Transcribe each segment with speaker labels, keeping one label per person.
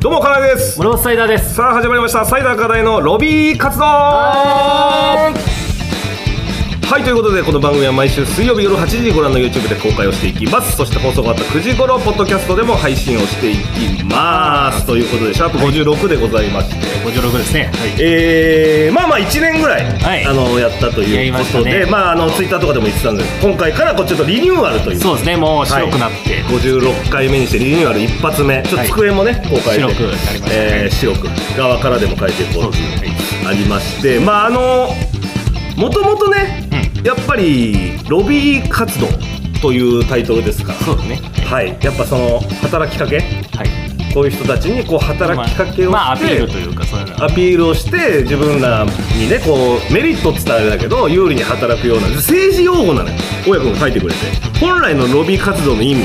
Speaker 1: どうも、かなえです。
Speaker 2: 森本サイダーです
Speaker 1: さあ、始まりました。サイダー課題のロビー活動。はい、ということで、この番組は毎週水曜日夜8時にご覧の YouTube で公開をしていきます。そして放送があった9時頃、ポッドキャストでも配信をしていきます。ということで、シャープ56でございまして。
Speaker 2: 56ですねはい
Speaker 1: えーまあまあ1年ぐらい、
Speaker 2: はい
Speaker 1: あのやったと
Speaker 2: や
Speaker 1: い
Speaker 2: り
Speaker 1: う
Speaker 2: ま
Speaker 1: こ
Speaker 2: した
Speaker 1: とで
Speaker 2: ね
Speaker 1: ま、ああのツイッターとかでも言ってたんです今回からこうちょっとリニューアルという
Speaker 2: そうですねもう白くなって、
Speaker 1: 56回目にしてリニューアル一発目ちょっと机もね、こう変えて
Speaker 2: 白くなりましたね
Speaker 1: えー白く側からでも変えていこ
Speaker 2: そうう
Speaker 1: と
Speaker 2: です
Speaker 1: いう
Speaker 2: ね
Speaker 1: ありましてまああのもともとね、やっぱりロビー活動というタイトルですから
Speaker 2: そうですね
Speaker 1: はいやっぱその働きかけ
Speaker 2: はい
Speaker 1: こういう人たちにこう働きかけをして、
Speaker 2: まあアピールというかそういうの
Speaker 1: アピールをして自分らにねこうメリットっつったらあれだけど有利に働くような政治用語なのよ親君が書いてくれて本来のロビー活動の意味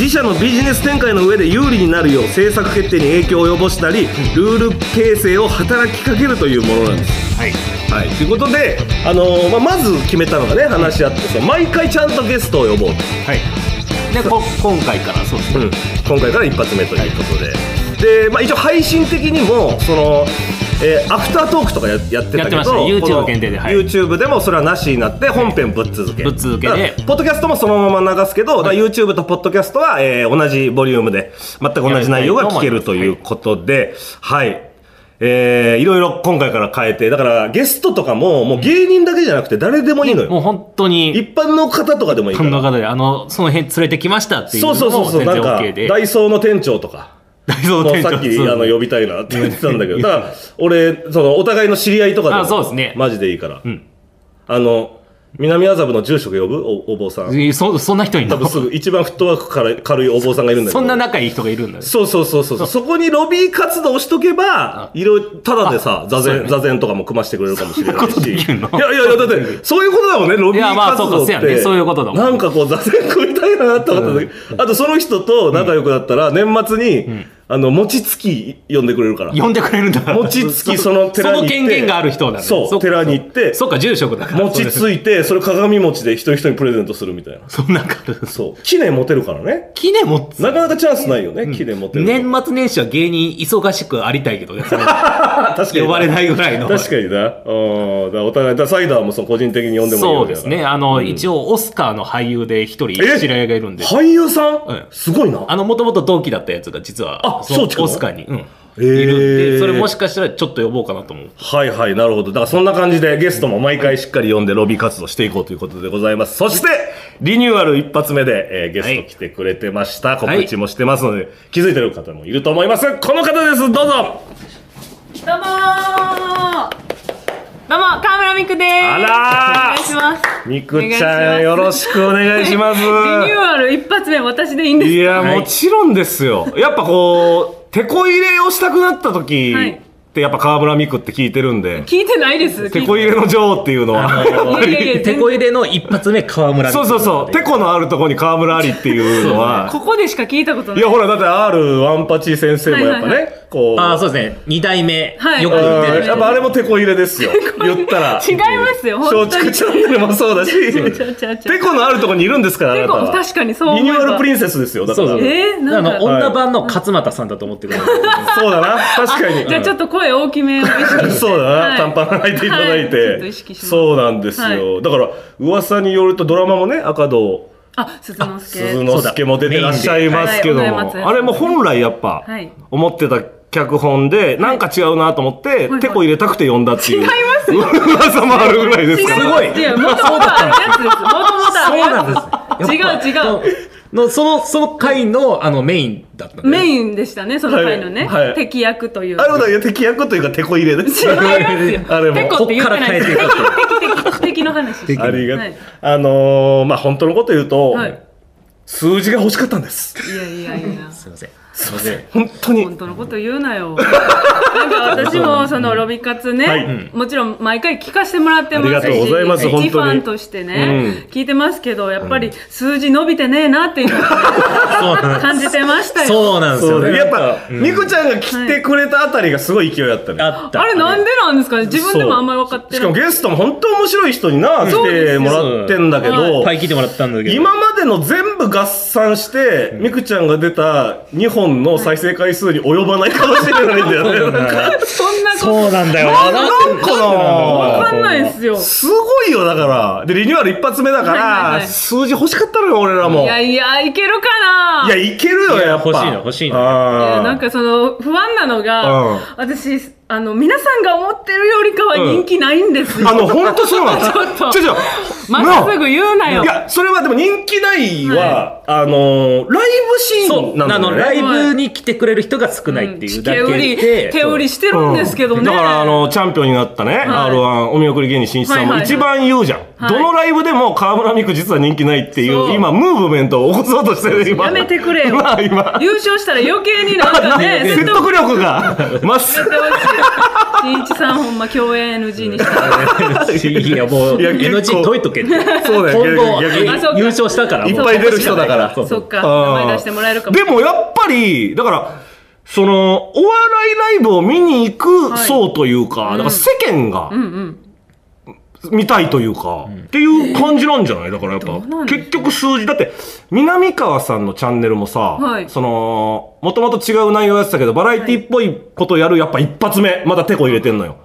Speaker 1: 自社のビジネス展開の上で有利になるよう政策決定に影響を及ぼしたりルール形成を働きかけるというものなんです
Speaker 2: はい
Speaker 1: はいということで、あのーまあ、まず決めたのがね話し合ってその毎回ちゃんとゲストを呼ぼうと
Speaker 2: はいでこ今回からそうですね、
Speaker 1: うん、今回から一発目ということで、で、まあ、一応配信的にもその、えーアフタートークとかややってた
Speaker 2: や
Speaker 1: け
Speaker 2: って
Speaker 1: ど
Speaker 2: ましたね YouTube
Speaker 1: この
Speaker 2: 限定ではい
Speaker 1: YouTube でもそれはなしになって本編ぶっ続け、
Speaker 2: ぶっ続けで
Speaker 1: だからポッドキャストもそのまま流すけど、だから YouTube とポッドキャストは、えー同じボリュームで全く同じ内容が聞けるということではいえー、いろいろ今回から変えて、だからゲストとかも、もう芸人だけじゃなくて誰でもいいの
Speaker 2: もう
Speaker 1: よ。
Speaker 2: 本当に
Speaker 1: 一般の方とかでもいい
Speaker 2: こ
Speaker 1: から。
Speaker 2: の方であのその辺連れてきましたっていう
Speaker 1: そう
Speaker 2: の
Speaker 1: そうそ
Speaker 2: も
Speaker 1: うそう、
Speaker 2: 全
Speaker 1: な
Speaker 2: 然
Speaker 1: んか、
Speaker 2: OK で
Speaker 1: ダイソーの店長とか。
Speaker 2: ダイソー
Speaker 1: もう
Speaker 2: 店長
Speaker 1: さっき
Speaker 2: そう
Speaker 1: あの呼びたいなって言ってたんだけど、だから俺、そのお互いの知り合いとかでも
Speaker 2: あそうですね
Speaker 1: マジでいいから、
Speaker 2: ん
Speaker 1: あの、南麻布の住職呼ぶおお坊さん。
Speaker 2: えそそんな人いん
Speaker 1: 多
Speaker 2: の
Speaker 1: 分すぐ、一番フットワーク軽い軽いお坊さんがいるんだけど。
Speaker 2: そんな仲いい人がいるんだね
Speaker 1: そうそうそうそうそう。そこにロビー活動しとけば、いろいろ、ただでさ、座
Speaker 2: そう
Speaker 1: 禅、
Speaker 2: ね
Speaker 1: 座禅とかも組ましてくれるかもしれない
Speaker 2: そんなこと
Speaker 1: し。い
Speaker 2: でき
Speaker 1: やい
Speaker 2: るの
Speaker 1: やいや、だって、そういうことだもんね、ロビ
Speaker 2: いや
Speaker 1: ー
Speaker 2: まあ
Speaker 1: 活動っ
Speaker 2: そうかそうや
Speaker 1: て。
Speaker 2: ねそういうことだもん
Speaker 1: なんかこう、座禅組みたいなと思った時、あとその人と仲良くなったら、年末に、あの、餅つき呼んでくれるから。
Speaker 2: 呼んでくれるんだ
Speaker 1: 餅つきその寺に行って
Speaker 2: その権限がある人だね
Speaker 1: そう寺に行って
Speaker 2: そっか住職だから
Speaker 1: 餅ついて、それ鏡餅で一人一人プレゼントするみたいな。
Speaker 2: そんな方
Speaker 1: そう。記念持てるからね。
Speaker 2: 記念持つ
Speaker 1: なかなかチャンスないよね、記念持てるの。
Speaker 2: 年末年始は芸人忙しくありたいけどねそ れ
Speaker 1: あ確かに
Speaker 2: 呼ばれないぐらいの
Speaker 1: 確かにな。うん。だからお互い、だからサイダーもその個人的に呼んでもいい
Speaker 2: そ
Speaker 1: よ
Speaker 2: うですね。あの、一応、オスカーの俳優で一人
Speaker 1: え
Speaker 2: 知り合いがいるんで、
Speaker 1: 俳優さん、
Speaker 2: ん
Speaker 1: すごいな。
Speaker 2: あの、もともと同期だったやつが実は、
Speaker 1: あ
Speaker 2: の
Speaker 1: そう近くの
Speaker 2: オスカーに、うん、
Speaker 1: えー
Speaker 2: いるんで、それもしかしたらちょっと呼ぼうかなと思う。
Speaker 1: はいはい、なるほど。だからそんな感じでゲストも毎回しっかり呼んでロビー活動していこうということでございます。そして、リニューアル一発目で、えーゲスト来てくれてました。
Speaker 2: い
Speaker 1: 告知もしてますので、気づいてる方もいると思います。この方です、どうぞ
Speaker 3: どうもーどうも河村みくでーす
Speaker 1: あらー
Speaker 3: お願いします
Speaker 1: みくち
Speaker 3: お
Speaker 1: ゃん、
Speaker 3: 願いします
Speaker 1: よろしくお願いし ます。
Speaker 3: リニューアル一発目私でいいんです
Speaker 1: い
Speaker 3: か
Speaker 1: や、もちろんですよ。やっぱこう、手こ入れをしたくなった時
Speaker 3: はい
Speaker 1: って、やっぱ河村美久って聞いてるんで、
Speaker 3: 聞いてないです
Speaker 1: 手こ入れの女王っていうのは。
Speaker 3: 聞いていやい やいや
Speaker 2: て
Speaker 3: 全
Speaker 2: こ
Speaker 3: 然
Speaker 2: 入れの一発目、河村
Speaker 1: そうそうそう。てこのあるとこに河村ありっていうのは。
Speaker 3: ここでしか聞いたこと
Speaker 1: い
Speaker 3: ない
Speaker 1: や、ほら、だって R ワンパチ先生もやっぱ
Speaker 3: はい
Speaker 1: ね、こう。
Speaker 2: ああ、そうですね。二代目、
Speaker 3: はい
Speaker 2: よく
Speaker 1: うん
Speaker 2: 言ってる。
Speaker 1: やっぱあれもテコ入れです よ。言ったら。
Speaker 3: 違いますよ
Speaker 1: 松
Speaker 3: 本当に
Speaker 1: 竹チャンネルもそうだし、
Speaker 3: ちょち ょちょ
Speaker 1: テコのあるとこにいるんですから、あなたは。
Speaker 3: テコ確かにそう思
Speaker 1: リ
Speaker 3: えば
Speaker 1: ニューアルプリンセスですよ、だか
Speaker 2: そう
Speaker 1: ら。
Speaker 2: そう。
Speaker 3: えーなんか
Speaker 2: あの、女版の勝俣さんだと思ってくれる。
Speaker 1: そうだな、確かに。
Speaker 3: じゃあちょっと声大きめを意識して
Speaker 1: そうだな、
Speaker 3: はい
Speaker 1: 短パン履いていただいて、
Speaker 3: はちょっと意識します
Speaker 1: そうなんですよ、
Speaker 3: は
Speaker 1: だから噂によるとドラマもね赤堂
Speaker 3: あ鈴之
Speaker 1: 鈴
Speaker 3: 助
Speaker 1: 之助も出てらっしゃいますけど
Speaker 3: そうだメインではい
Speaker 1: も、
Speaker 3: はい
Speaker 1: あれも本来やっぱ
Speaker 3: はい
Speaker 1: 思ってた脚本でなんか違うなと思って、
Speaker 3: はい
Speaker 1: テコ入れたくて呼んだっていう
Speaker 3: 違いますよ
Speaker 1: 噂もあるぐらいですから
Speaker 2: ごい
Speaker 3: 違ますやもともとあるやつですもともとあるやつ違う違う
Speaker 2: う。の、その、その回の、あの、メインだったんで
Speaker 3: メインでしたねその回のね、
Speaker 1: はいはい
Speaker 3: 敵役という
Speaker 1: あれもだから敵役というかテコ入れです
Speaker 3: 違いますよ。
Speaker 1: あれも
Speaker 3: テコって言ってないです。
Speaker 2: こっ
Speaker 3: 敵
Speaker 2: か
Speaker 3: 敵敵敵の話して。
Speaker 1: ありが、
Speaker 3: はい
Speaker 1: あのー、まあ本当のこと言うと、
Speaker 3: はい
Speaker 1: 数字が欲しかったんです
Speaker 3: いやいやいや。
Speaker 2: すいません。すいません。
Speaker 1: 本当に
Speaker 3: 本当のこと言うなよ。なんか私もそのロビ活ね、
Speaker 1: はい
Speaker 3: もちろん毎回聞かせてもらってますし、
Speaker 1: ありがとうございます
Speaker 3: 一
Speaker 1: 本当に
Speaker 3: ファンとしてね、聞いてますけど、やっぱり数字伸びてねえなっていうのを
Speaker 2: そうなんです。
Speaker 3: 感じてましたよ。
Speaker 2: そうなんです
Speaker 1: そ
Speaker 2: よ
Speaker 1: う
Speaker 2: ね。
Speaker 1: やっぱ、みくちゃんが来てくれたあたりがすごい勢いあったね、
Speaker 2: あった。
Speaker 3: あれなんでなんですかね。自分でもあんまり分かって
Speaker 1: しか
Speaker 3: な
Speaker 1: も
Speaker 3: い。
Speaker 1: ゲストも本当面白い人にな、来
Speaker 3: そうです
Speaker 1: て
Speaker 3: よ
Speaker 1: もらってんだけ
Speaker 2: い
Speaker 1: ど
Speaker 2: っ、ぱい聞いてもらったんだけど。
Speaker 1: 今までの全部合算して、みくちゃんが出た2本本の再生回数に及ばないかもしれないんだよねなんか。
Speaker 3: そんなこと
Speaker 2: そうなんだよな。なんか
Speaker 3: わかんないっすよ。
Speaker 1: すごいよ、だから。で、リニューアル一発目だから、
Speaker 3: はいはいはい
Speaker 1: 数字欲しかったのよ、俺らも。
Speaker 3: い
Speaker 1: い
Speaker 3: や
Speaker 1: や、
Speaker 3: いや、いけるかない
Speaker 1: けるよ、
Speaker 2: いや
Speaker 1: やっぱ。
Speaker 2: 欲しいの欲しいの
Speaker 1: あ
Speaker 3: え
Speaker 1: ー
Speaker 3: ーなんかその不安なの
Speaker 1: うん
Speaker 3: が、私あの皆さんが思ってるよりかは人気ないんですよ、
Speaker 1: あの、ほんとそうなの。
Speaker 3: ちょっと
Speaker 1: ちょちょ。
Speaker 3: ま
Speaker 1: な
Speaker 3: っすぐ言うなよ
Speaker 1: いや、それはでも人気ないは、あのー、ライブシ
Speaker 2: そ
Speaker 1: ーン
Speaker 2: う、
Speaker 1: な
Speaker 2: あ
Speaker 1: の
Speaker 2: の、
Speaker 1: ね。
Speaker 2: ライブに来てくれる人が少ないっていうだけで。
Speaker 3: 手売り手売りしてるんですけどね、
Speaker 1: うんだからあのチャンピオンになったね、R1 お見送り芸人しんいちさんも
Speaker 3: はいはいは
Speaker 1: 一
Speaker 3: い
Speaker 1: 番言うじゃん、
Speaker 3: はい
Speaker 1: どのライブでも河村美空実は人気ないってい
Speaker 3: そうう
Speaker 1: 今ムーブメントを起こそうとしてる今
Speaker 3: やめてくれよ
Speaker 1: まあ 今
Speaker 3: 優勝したら余計になんかね
Speaker 1: 説
Speaker 3: や
Speaker 1: 得力がまっす
Speaker 3: ってほしいしんいちさんほんま共演 NG にしたら
Speaker 2: いや、もう、
Speaker 1: いや結
Speaker 2: NG
Speaker 1: 構
Speaker 2: 解いとけって。
Speaker 1: そうだよ
Speaker 2: 今後、
Speaker 1: 逆に
Speaker 3: あそうか
Speaker 2: 優勝したから。
Speaker 1: いっぱい出る人だから
Speaker 2: そう
Speaker 3: そっか
Speaker 1: あー
Speaker 3: 名前出してもらえるかも
Speaker 1: でもやっぱりだからそのお笑いライブを見に行く層というか、だから世間が
Speaker 3: うんうん
Speaker 1: 見たいというか、っていう感じなんじゃないだからやっ
Speaker 3: ど
Speaker 1: ぱ
Speaker 3: うなんですかね
Speaker 1: 結局数字だって南川さんのチャンネルもさ、
Speaker 3: はい
Speaker 1: そのもともと違う内容やってたけどバラエティっぽいことやるやっぱ一発目またテコ入れてんのよ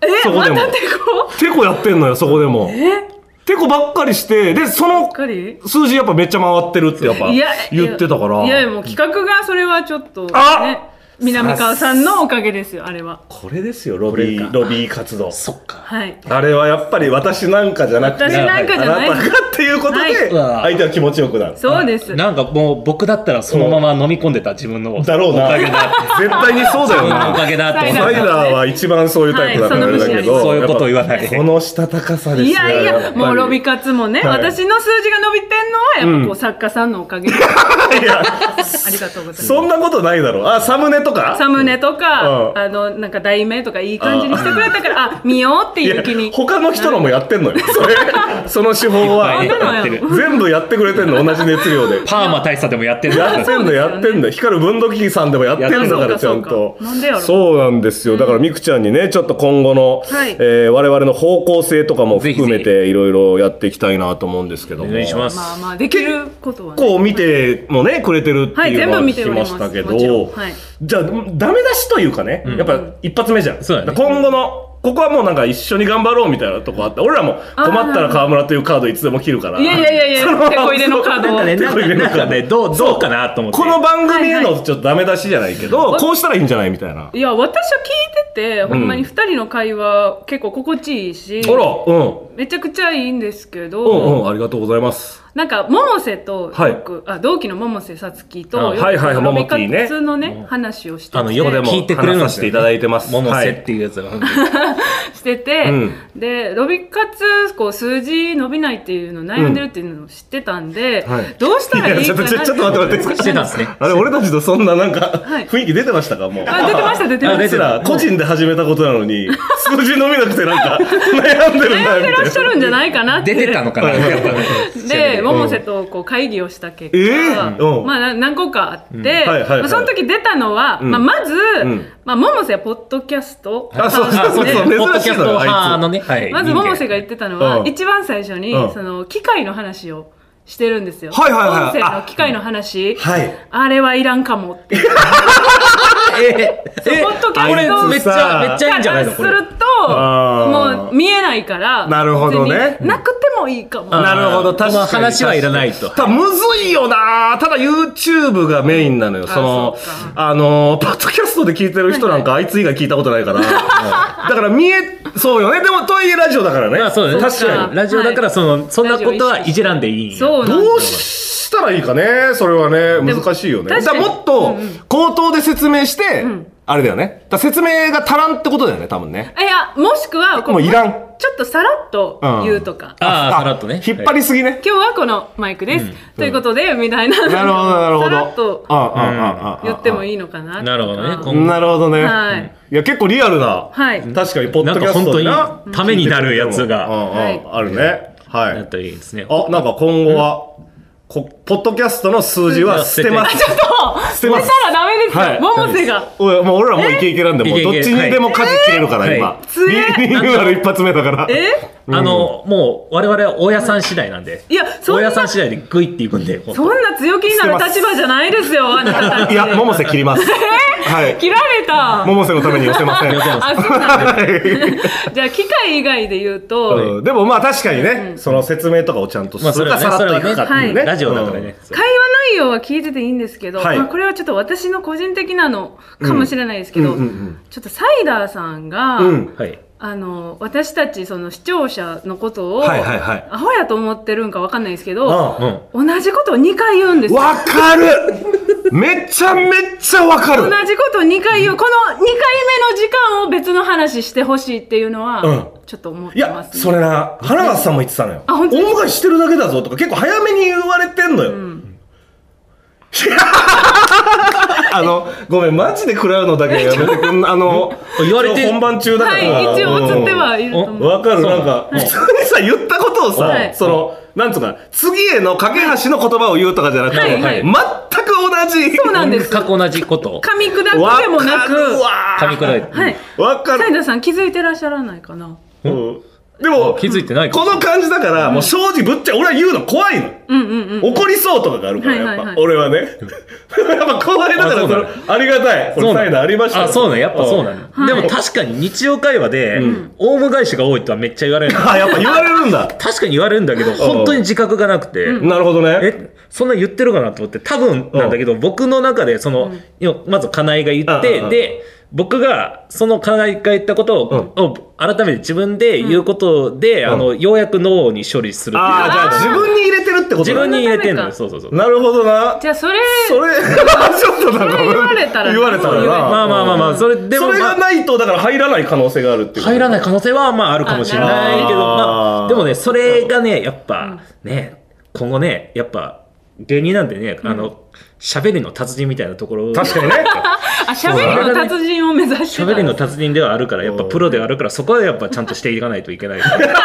Speaker 3: え
Speaker 1: そこ
Speaker 3: ま
Speaker 1: でも
Speaker 3: たてこ
Speaker 1: テコやってんのよそこでも
Speaker 3: え
Speaker 1: テコばっかりしてでその
Speaker 3: ばっかり
Speaker 1: 数字やっぱめっちゃ回ってるってやっぱ
Speaker 3: いや
Speaker 1: 言ってたから
Speaker 3: いやいやもう企画がそれはちょっと、
Speaker 1: あ
Speaker 3: ね、南川さんのおかげですよあれは
Speaker 1: これですよロ
Speaker 2: ビー
Speaker 1: ロビー活動
Speaker 2: そっか。
Speaker 3: はい
Speaker 1: あれはやっぱり私なんかじゃなくて
Speaker 3: 私なんかじゃない
Speaker 1: あなたがっていうことで
Speaker 2: はい
Speaker 1: 相手は気持ちよくなる
Speaker 3: そうです
Speaker 2: なんかもう僕だったらそのまま飲み込んでた自分の。
Speaker 1: だろうな
Speaker 2: おかげだ。
Speaker 1: 絶対にそうだよ
Speaker 2: お
Speaker 1: な
Speaker 2: かげだって
Speaker 3: サイ
Speaker 1: サイダーは一番そういうタイプだからあれだけど、
Speaker 3: はいその虫
Speaker 2: そういうことを言わない
Speaker 1: やっぱこのしたたかさです
Speaker 3: い
Speaker 1: ね
Speaker 3: やいや、もうロビ
Speaker 1: か
Speaker 3: 活もね、
Speaker 1: はい
Speaker 3: 私の数字が伸びてんのは、やっぱこう、
Speaker 1: うん
Speaker 3: 作家さんのおか げで、
Speaker 1: いや
Speaker 3: ありがとうございます。
Speaker 1: そんなことないだろうあサムネとか
Speaker 3: サムネとか、
Speaker 1: うん
Speaker 3: あの、なんか題名とかいい感じにしてくれたから、あ、見ようって
Speaker 1: い
Speaker 3: いう
Speaker 1: や
Speaker 3: 気に。
Speaker 1: 他の人のもやってんのよそれその手法は
Speaker 3: っぱいやってる
Speaker 1: 全部やってくれてんの同じ熱量で
Speaker 2: パーマ大佐でもやってる
Speaker 1: やってん
Speaker 3: そうですよ
Speaker 1: の
Speaker 3: ね
Speaker 1: やってんの光る文土器さんでもやってんだから
Speaker 3: あ
Speaker 1: ちゃ
Speaker 3: そうんか
Speaker 1: と
Speaker 3: そうかなんでやろ
Speaker 1: そうなんですよだからみくちゃんにねちょっと今後の
Speaker 3: はい
Speaker 1: えー我々の方向性とかも含め
Speaker 2: ぜひ
Speaker 1: ていろいろやっていきたいなと思うんですけども
Speaker 2: お願いします
Speaker 3: まあまあ、できることは、
Speaker 1: 結構見てもねくれてるっていうのは
Speaker 3: はい全部見
Speaker 1: 聞
Speaker 3: て
Speaker 1: き
Speaker 3: おり
Speaker 1: ま
Speaker 3: ます
Speaker 1: したけ
Speaker 3: もちろ
Speaker 1: ど、
Speaker 3: んはい
Speaker 1: じゃあダメ出しというかね、やっぱ一発目じゃん、
Speaker 2: そうだね
Speaker 1: だから今後のここはもうなんか一緒に頑張ろうみたいなとこあった俺らも困ったら河村というカードいつでも切るから
Speaker 3: いやいやいやいや
Speaker 1: その
Speaker 3: テコ入れのカード
Speaker 2: なんかね、なんかねなんかね、どう、どうかなと思って。
Speaker 1: この番組へ
Speaker 3: はい
Speaker 1: の
Speaker 3: は
Speaker 1: ちょっとダメ出しじゃないけど、
Speaker 3: わ
Speaker 1: こうしたらいいんじゃないみたいない
Speaker 3: や、私は聞いてて、ほんまに二人の会話、結構心地いいし、
Speaker 1: あらうん
Speaker 3: めちゃくちゃいいんですけど、
Speaker 1: うんうんありがとうございます
Speaker 3: なんか桃瀬とよく、あ同期の桃瀬さつきと
Speaker 1: あ
Speaker 3: よく
Speaker 1: はいはいはい
Speaker 3: ロビ
Speaker 1: 桃 T ね
Speaker 3: 活のね話をしてて
Speaker 2: あの、よ
Speaker 1: で
Speaker 2: く
Speaker 1: も
Speaker 2: 聞いてくれるんで
Speaker 1: 話さ
Speaker 2: す
Speaker 1: せ
Speaker 2: よ
Speaker 1: ていただいてます
Speaker 2: 桃
Speaker 1: はい
Speaker 2: 瀬っていうやつが。
Speaker 3: してて、
Speaker 1: う
Speaker 3: でロビ活こう数字伸びないっていうの悩んでるっていうのを知ってたんで、
Speaker 1: はい
Speaker 3: どうしたらいい
Speaker 1: いや
Speaker 3: か
Speaker 1: ちょ
Speaker 3: な
Speaker 1: っとちょちょっと待って待って
Speaker 2: してたんですね。
Speaker 1: あれ俺たちとそんななんか
Speaker 3: はい
Speaker 1: 雰囲気出てましたかもう
Speaker 3: あ出てました出てま
Speaker 1: あいつ
Speaker 3: した
Speaker 1: ら個人で始めたことなのに、数字飲みなくてなんか悩んでるな
Speaker 3: 悩ん
Speaker 1: みた
Speaker 3: で
Speaker 1: い
Speaker 3: らっしゃ
Speaker 1: な。
Speaker 3: るんじゃないかなって
Speaker 2: 出てたのかなやっぱね
Speaker 3: で百瀬とこう会議をした結果、
Speaker 1: えーうん
Speaker 3: まあ、な何個かあって、
Speaker 1: いはいはい
Speaker 3: まあ、その時出たのは、
Speaker 1: ん
Speaker 3: まあ、まず、
Speaker 1: ん
Speaker 3: まあ、桃瀬はポッドキャスト
Speaker 1: あそうそうそう
Speaker 2: そうそう、
Speaker 1: 珍しいな
Speaker 2: ポッドキャスト派のね、はい。
Speaker 3: まず百瀬が言ってたの
Speaker 1: う
Speaker 3: は
Speaker 1: ん
Speaker 3: 一番最初に
Speaker 1: うん
Speaker 3: その機械の話をしてるんですよ。
Speaker 1: はいはいはい
Speaker 3: 音声の機械の話。
Speaker 1: はい。
Speaker 3: あれはいらんかもって。
Speaker 2: えー、え
Speaker 3: ポッドキャスト
Speaker 2: これめっち
Speaker 1: さ
Speaker 2: ゃ、めっちゃいいんじゃないの
Speaker 3: す
Speaker 2: これ。
Speaker 3: る
Speaker 1: あ
Speaker 3: と
Speaker 1: ー
Speaker 3: もう見えないから。
Speaker 1: なるほどね
Speaker 3: 別になくてもいいかも。
Speaker 1: なるほど
Speaker 2: あーこの話はいらないと。
Speaker 1: ただむずいよなただ YouTube がメインなのよ。その
Speaker 3: そう、
Speaker 1: あのー、パッドキャストで聞いてる人なんかあいつ以外聞いたことないから。だから見え、そうよね。でも、とはいえラジオだからね。
Speaker 2: まあそうだね。
Speaker 1: 確
Speaker 2: 確
Speaker 1: か
Speaker 2: か
Speaker 1: に
Speaker 2: に。。ラジオだから、その、そんなことはいじらんでいい。
Speaker 3: そうなん
Speaker 1: どう
Speaker 3: です。
Speaker 1: したらいいかねそれはね、
Speaker 3: でも
Speaker 1: 難しいよね。だ
Speaker 3: 確
Speaker 1: か
Speaker 3: からに
Speaker 1: もっと、口頭で説明して、
Speaker 3: ん
Speaker 1: あれだよね。だから説明が足らんってことだよね、多分ね。
Speaker 3: あいやもしくはこう
Speaker 1: もういらん
Speaker 3: ちょっとさらっと言うとか。
Speaker 2: ああ、さらっとね。
Speaker 1: 引っ張りすぎね。今
Speaker 3: 今日はこのマイクです、ということでみたいな。
Speaker 1: なるほど、なるほど。
Speaker 3: さらっと
Speaker 1: ああああああ
Speaker 3: 言ってもいいのかなとか。
Speaker 2: なるほどねこ
Speaker 1: なるほどね。
Speaker 3: はい
Speaker 1: いや、結構リアルな。
Speaker 3: はい
Speaker 1: 確かに、ポッドキャストで
Speaker 2: なんか本当にためになるやつが
Speaker 1: うんうんあるね。は
Speaker 2: はい。だっ
Speaker 1: い。
Speaker 2: たらいいですね。
Speaker 1: あ、なんか今後は、こポッドキャストの数字は捨てます。
Speaker 2: ちょっと
Speaker 3: もう
Speaker 1: て
Speaker 3: 出
Speaker 1: ま
Speaker 3: た
Speaker 1: す
Speaker 3: らダメです
Speaker 1: はい
Speaker 3: よ百瀬が
Speaker 1: おいもう俺らもうイケイケなんでもう
Speaker 2: え
Speaker 1: どっちにでも舵切れるから
Speaker 2: はい
Speaker 1: 今
Speaker 3: え強え
Speaker 1: リニューアル一発目だから
Speaker 3: え
Speaker 2: あの、もう、我々は大家さん次第なんで。
Speaker 3: いやそ
Speaker 2: 大
Speaker 3: ん
Speaker 2: 家
Speaker 3: な
Speaker 2: さん次第でグイっていくんで。本当
Speaker 3: そんな強気になる立場じゃないですよあなたたち
Speaker 1: いや百瀬切りますはい
Speaker 3: 切られた
Speaker 1: 百瀬のために寄せません
Speaker 2: 寄せま
Speaker 3: あそうなんだじゃあ機械以外で言うと
Speaker 1: うんでもまあ確かにねその説明とかをちゃんとす
Speaker 2: まあ、そ
Speaker 1: る
Speaker 2: れ
Speaker 1: か
Speaker 2: はね、
Speaker 1: さ
Speaker 2: それ
Speaker 1: らっ
Speaker 2: は
Speaker 1: といくかって
Speaker 3: は
Speaker 1: いう
Speaker 2: ね、
Speaker 1: ね
Speaker 3: い
Speaker 2: ラジオだからね。
Speaker 3: 会話内容は聞いてていいんですけど、
Speaker 1: はい
Speaker 3: まあこれはちょっと私の個人的なのかもしれないですけ
Speaker 1: う
Speaker 3: ど、
Speaker 1: んうんうんうん
Speaker 3: ちょっとサイダーさんが、
Speaker 1: うん
Speaker 2: はい。
Speaker 3: あの私たちその視聴者のことを、
Speaker 1: はいはいはい
Speaker 3: アホやと思ってるんかわかんないですけど、
Speaker 1: うん
Speaker 2: うん。
Speaker 3: 同じことを2回言うんですよ
Speaker 1: わかるめちゃめちゃわか
Speaker 3: 同
Speaker 1: る
Speaker 3: じことを2回言うこの2回目の時間を別の話してほしいっていうのは、
Speaker 1: うん
Speaker 3: ちょっと思っ
Speaker 1: い
Speaker 3: てま
Speaker 1: や、
Speaker 3: す、ね、
Speaker 1: それな、花松さんも言ってたのよ。
Speaker 3: あ本当に
Speaker 1: 大昔してるだけだぞとか結構早めに言われてんのよ。 あの、ごめん、マジで食らうのだけはやめてく ん、あの、
Speaker 2: 言われて
Speaker 1: 一応本番中だか
Speaker 3: は
Speaker 1: ら。
Speaker 3: い一応映ってはいると
Speaker 1: うん
Speaker 3: 思う
Speaker 1: わかる、なんか、
Speaker 2: はい
Speaker 1: 普通にさ、言ったことをさ、
Speaker 3: はい
Speaker 1: その、なんつうか、次への架け橋の言葉を言うとかじゃなくて、
Speaker 3: はいは
Speaker 1: 全
Speaker 3: い
Speaker 1: く同じ。
Speaker 3: そうなんです
Speaker 2: 過去同じこと。
Speaker 3: 噛み砕く
Speaker 1: わ
Speaker 3: でもな
Speaker 1: かる
Speaker 3: く
Speaker 1: わ
Speaker 2: 噛み砕いて。
Speaker 3: はい
Speaker 1: わか
Speaker 3: サイ
Speaker 1: る。
Speaker 3: ダーさん気づいてらっしゃらないかな
Speaker 1: うんでも、
Speaker 2: 気づいてないか
Speaker 1: この感じだから、もう正直ぶっちゃ、俺は言うの怖いの。
Speaker 3: うんうんうん
Speaker 1: 怒りそうとかがあるから、やっぱ、
Speaker 3: はいはいはい
Speaker 1: 俺はね。 やっぱ後輩だから
Speaker 2: あそ
Speaker 1: そう
Speaker 2: な
Speaker 1: れ
Speaker 2: の
Speaker 1: ありがたい。これサイダーありましたよ
Speaker 2: あ、そうなんやっぱそうなん
Speaker 3: はい
Speaker 2: でも確かに日常会話で、オウム返しが多いとはめっちゃ言わ れる の。
Speaker 1: あ、やっぱ言われるんだ。
Speaker 2: 確かに言われるんだけど、本当に自覚がなくて。
Speaker 1: なるほどね。
Speaker 2: えそんな言ってるかなと思って多分なんだけど僕の中でその、要まず金井が言っ
Speaker 1: うんう
Speaker 2: て
Speaker 1: んうん
Speaker 2: で僕がその金井が言ったことを、を改めて自分で言うことで、あのようやく脳に処理するっていう
Speaker 1: ああ、じゃあ自分に入れてるってこと
Speaker 2: 自
Speaker 1: だ
Speaker 2: 分に入れてん
Speaker 3: そんなため
Speaker 2: の
Speaker 3: か
Speaker 2: よそうそうそう
Speaker 1: なるほどな。
Speaker 3: じゃあそれ
Speaker 1: それ、ちょっとなんか
Speaker 3: それ言われたら
Speaker 1: 言われたらな。
Speaker 2: まあまあまあまあそれでも、
Speaker 1: それ
Speaker 2: ま
Speaker 1: が
Speaker 2: あ
Speaker 1: ないと、だから入らない可能性があるっていう。
Speaker 2: 入ら
Speaker 1: い。
Speaker 2: ない可能性はまああるかもしれないけど
Speaker 1: あ
Speaker 2: ま
Speaker 1: あー
Speaker 2: あ、でもねそれがねやっぱね今後ねやっぱ芸人なんでねあの喋りの達人みたいなところ
Speaker 1: 確かにね。
Speaker 3: あ喋りの達人を目指してた
Speaker 2: 喋りの達人ではあるからやっぱ
Speaker 1: うん
Speaker 2: プロではあるからそこはやっぱちゃんとしていかないといけないから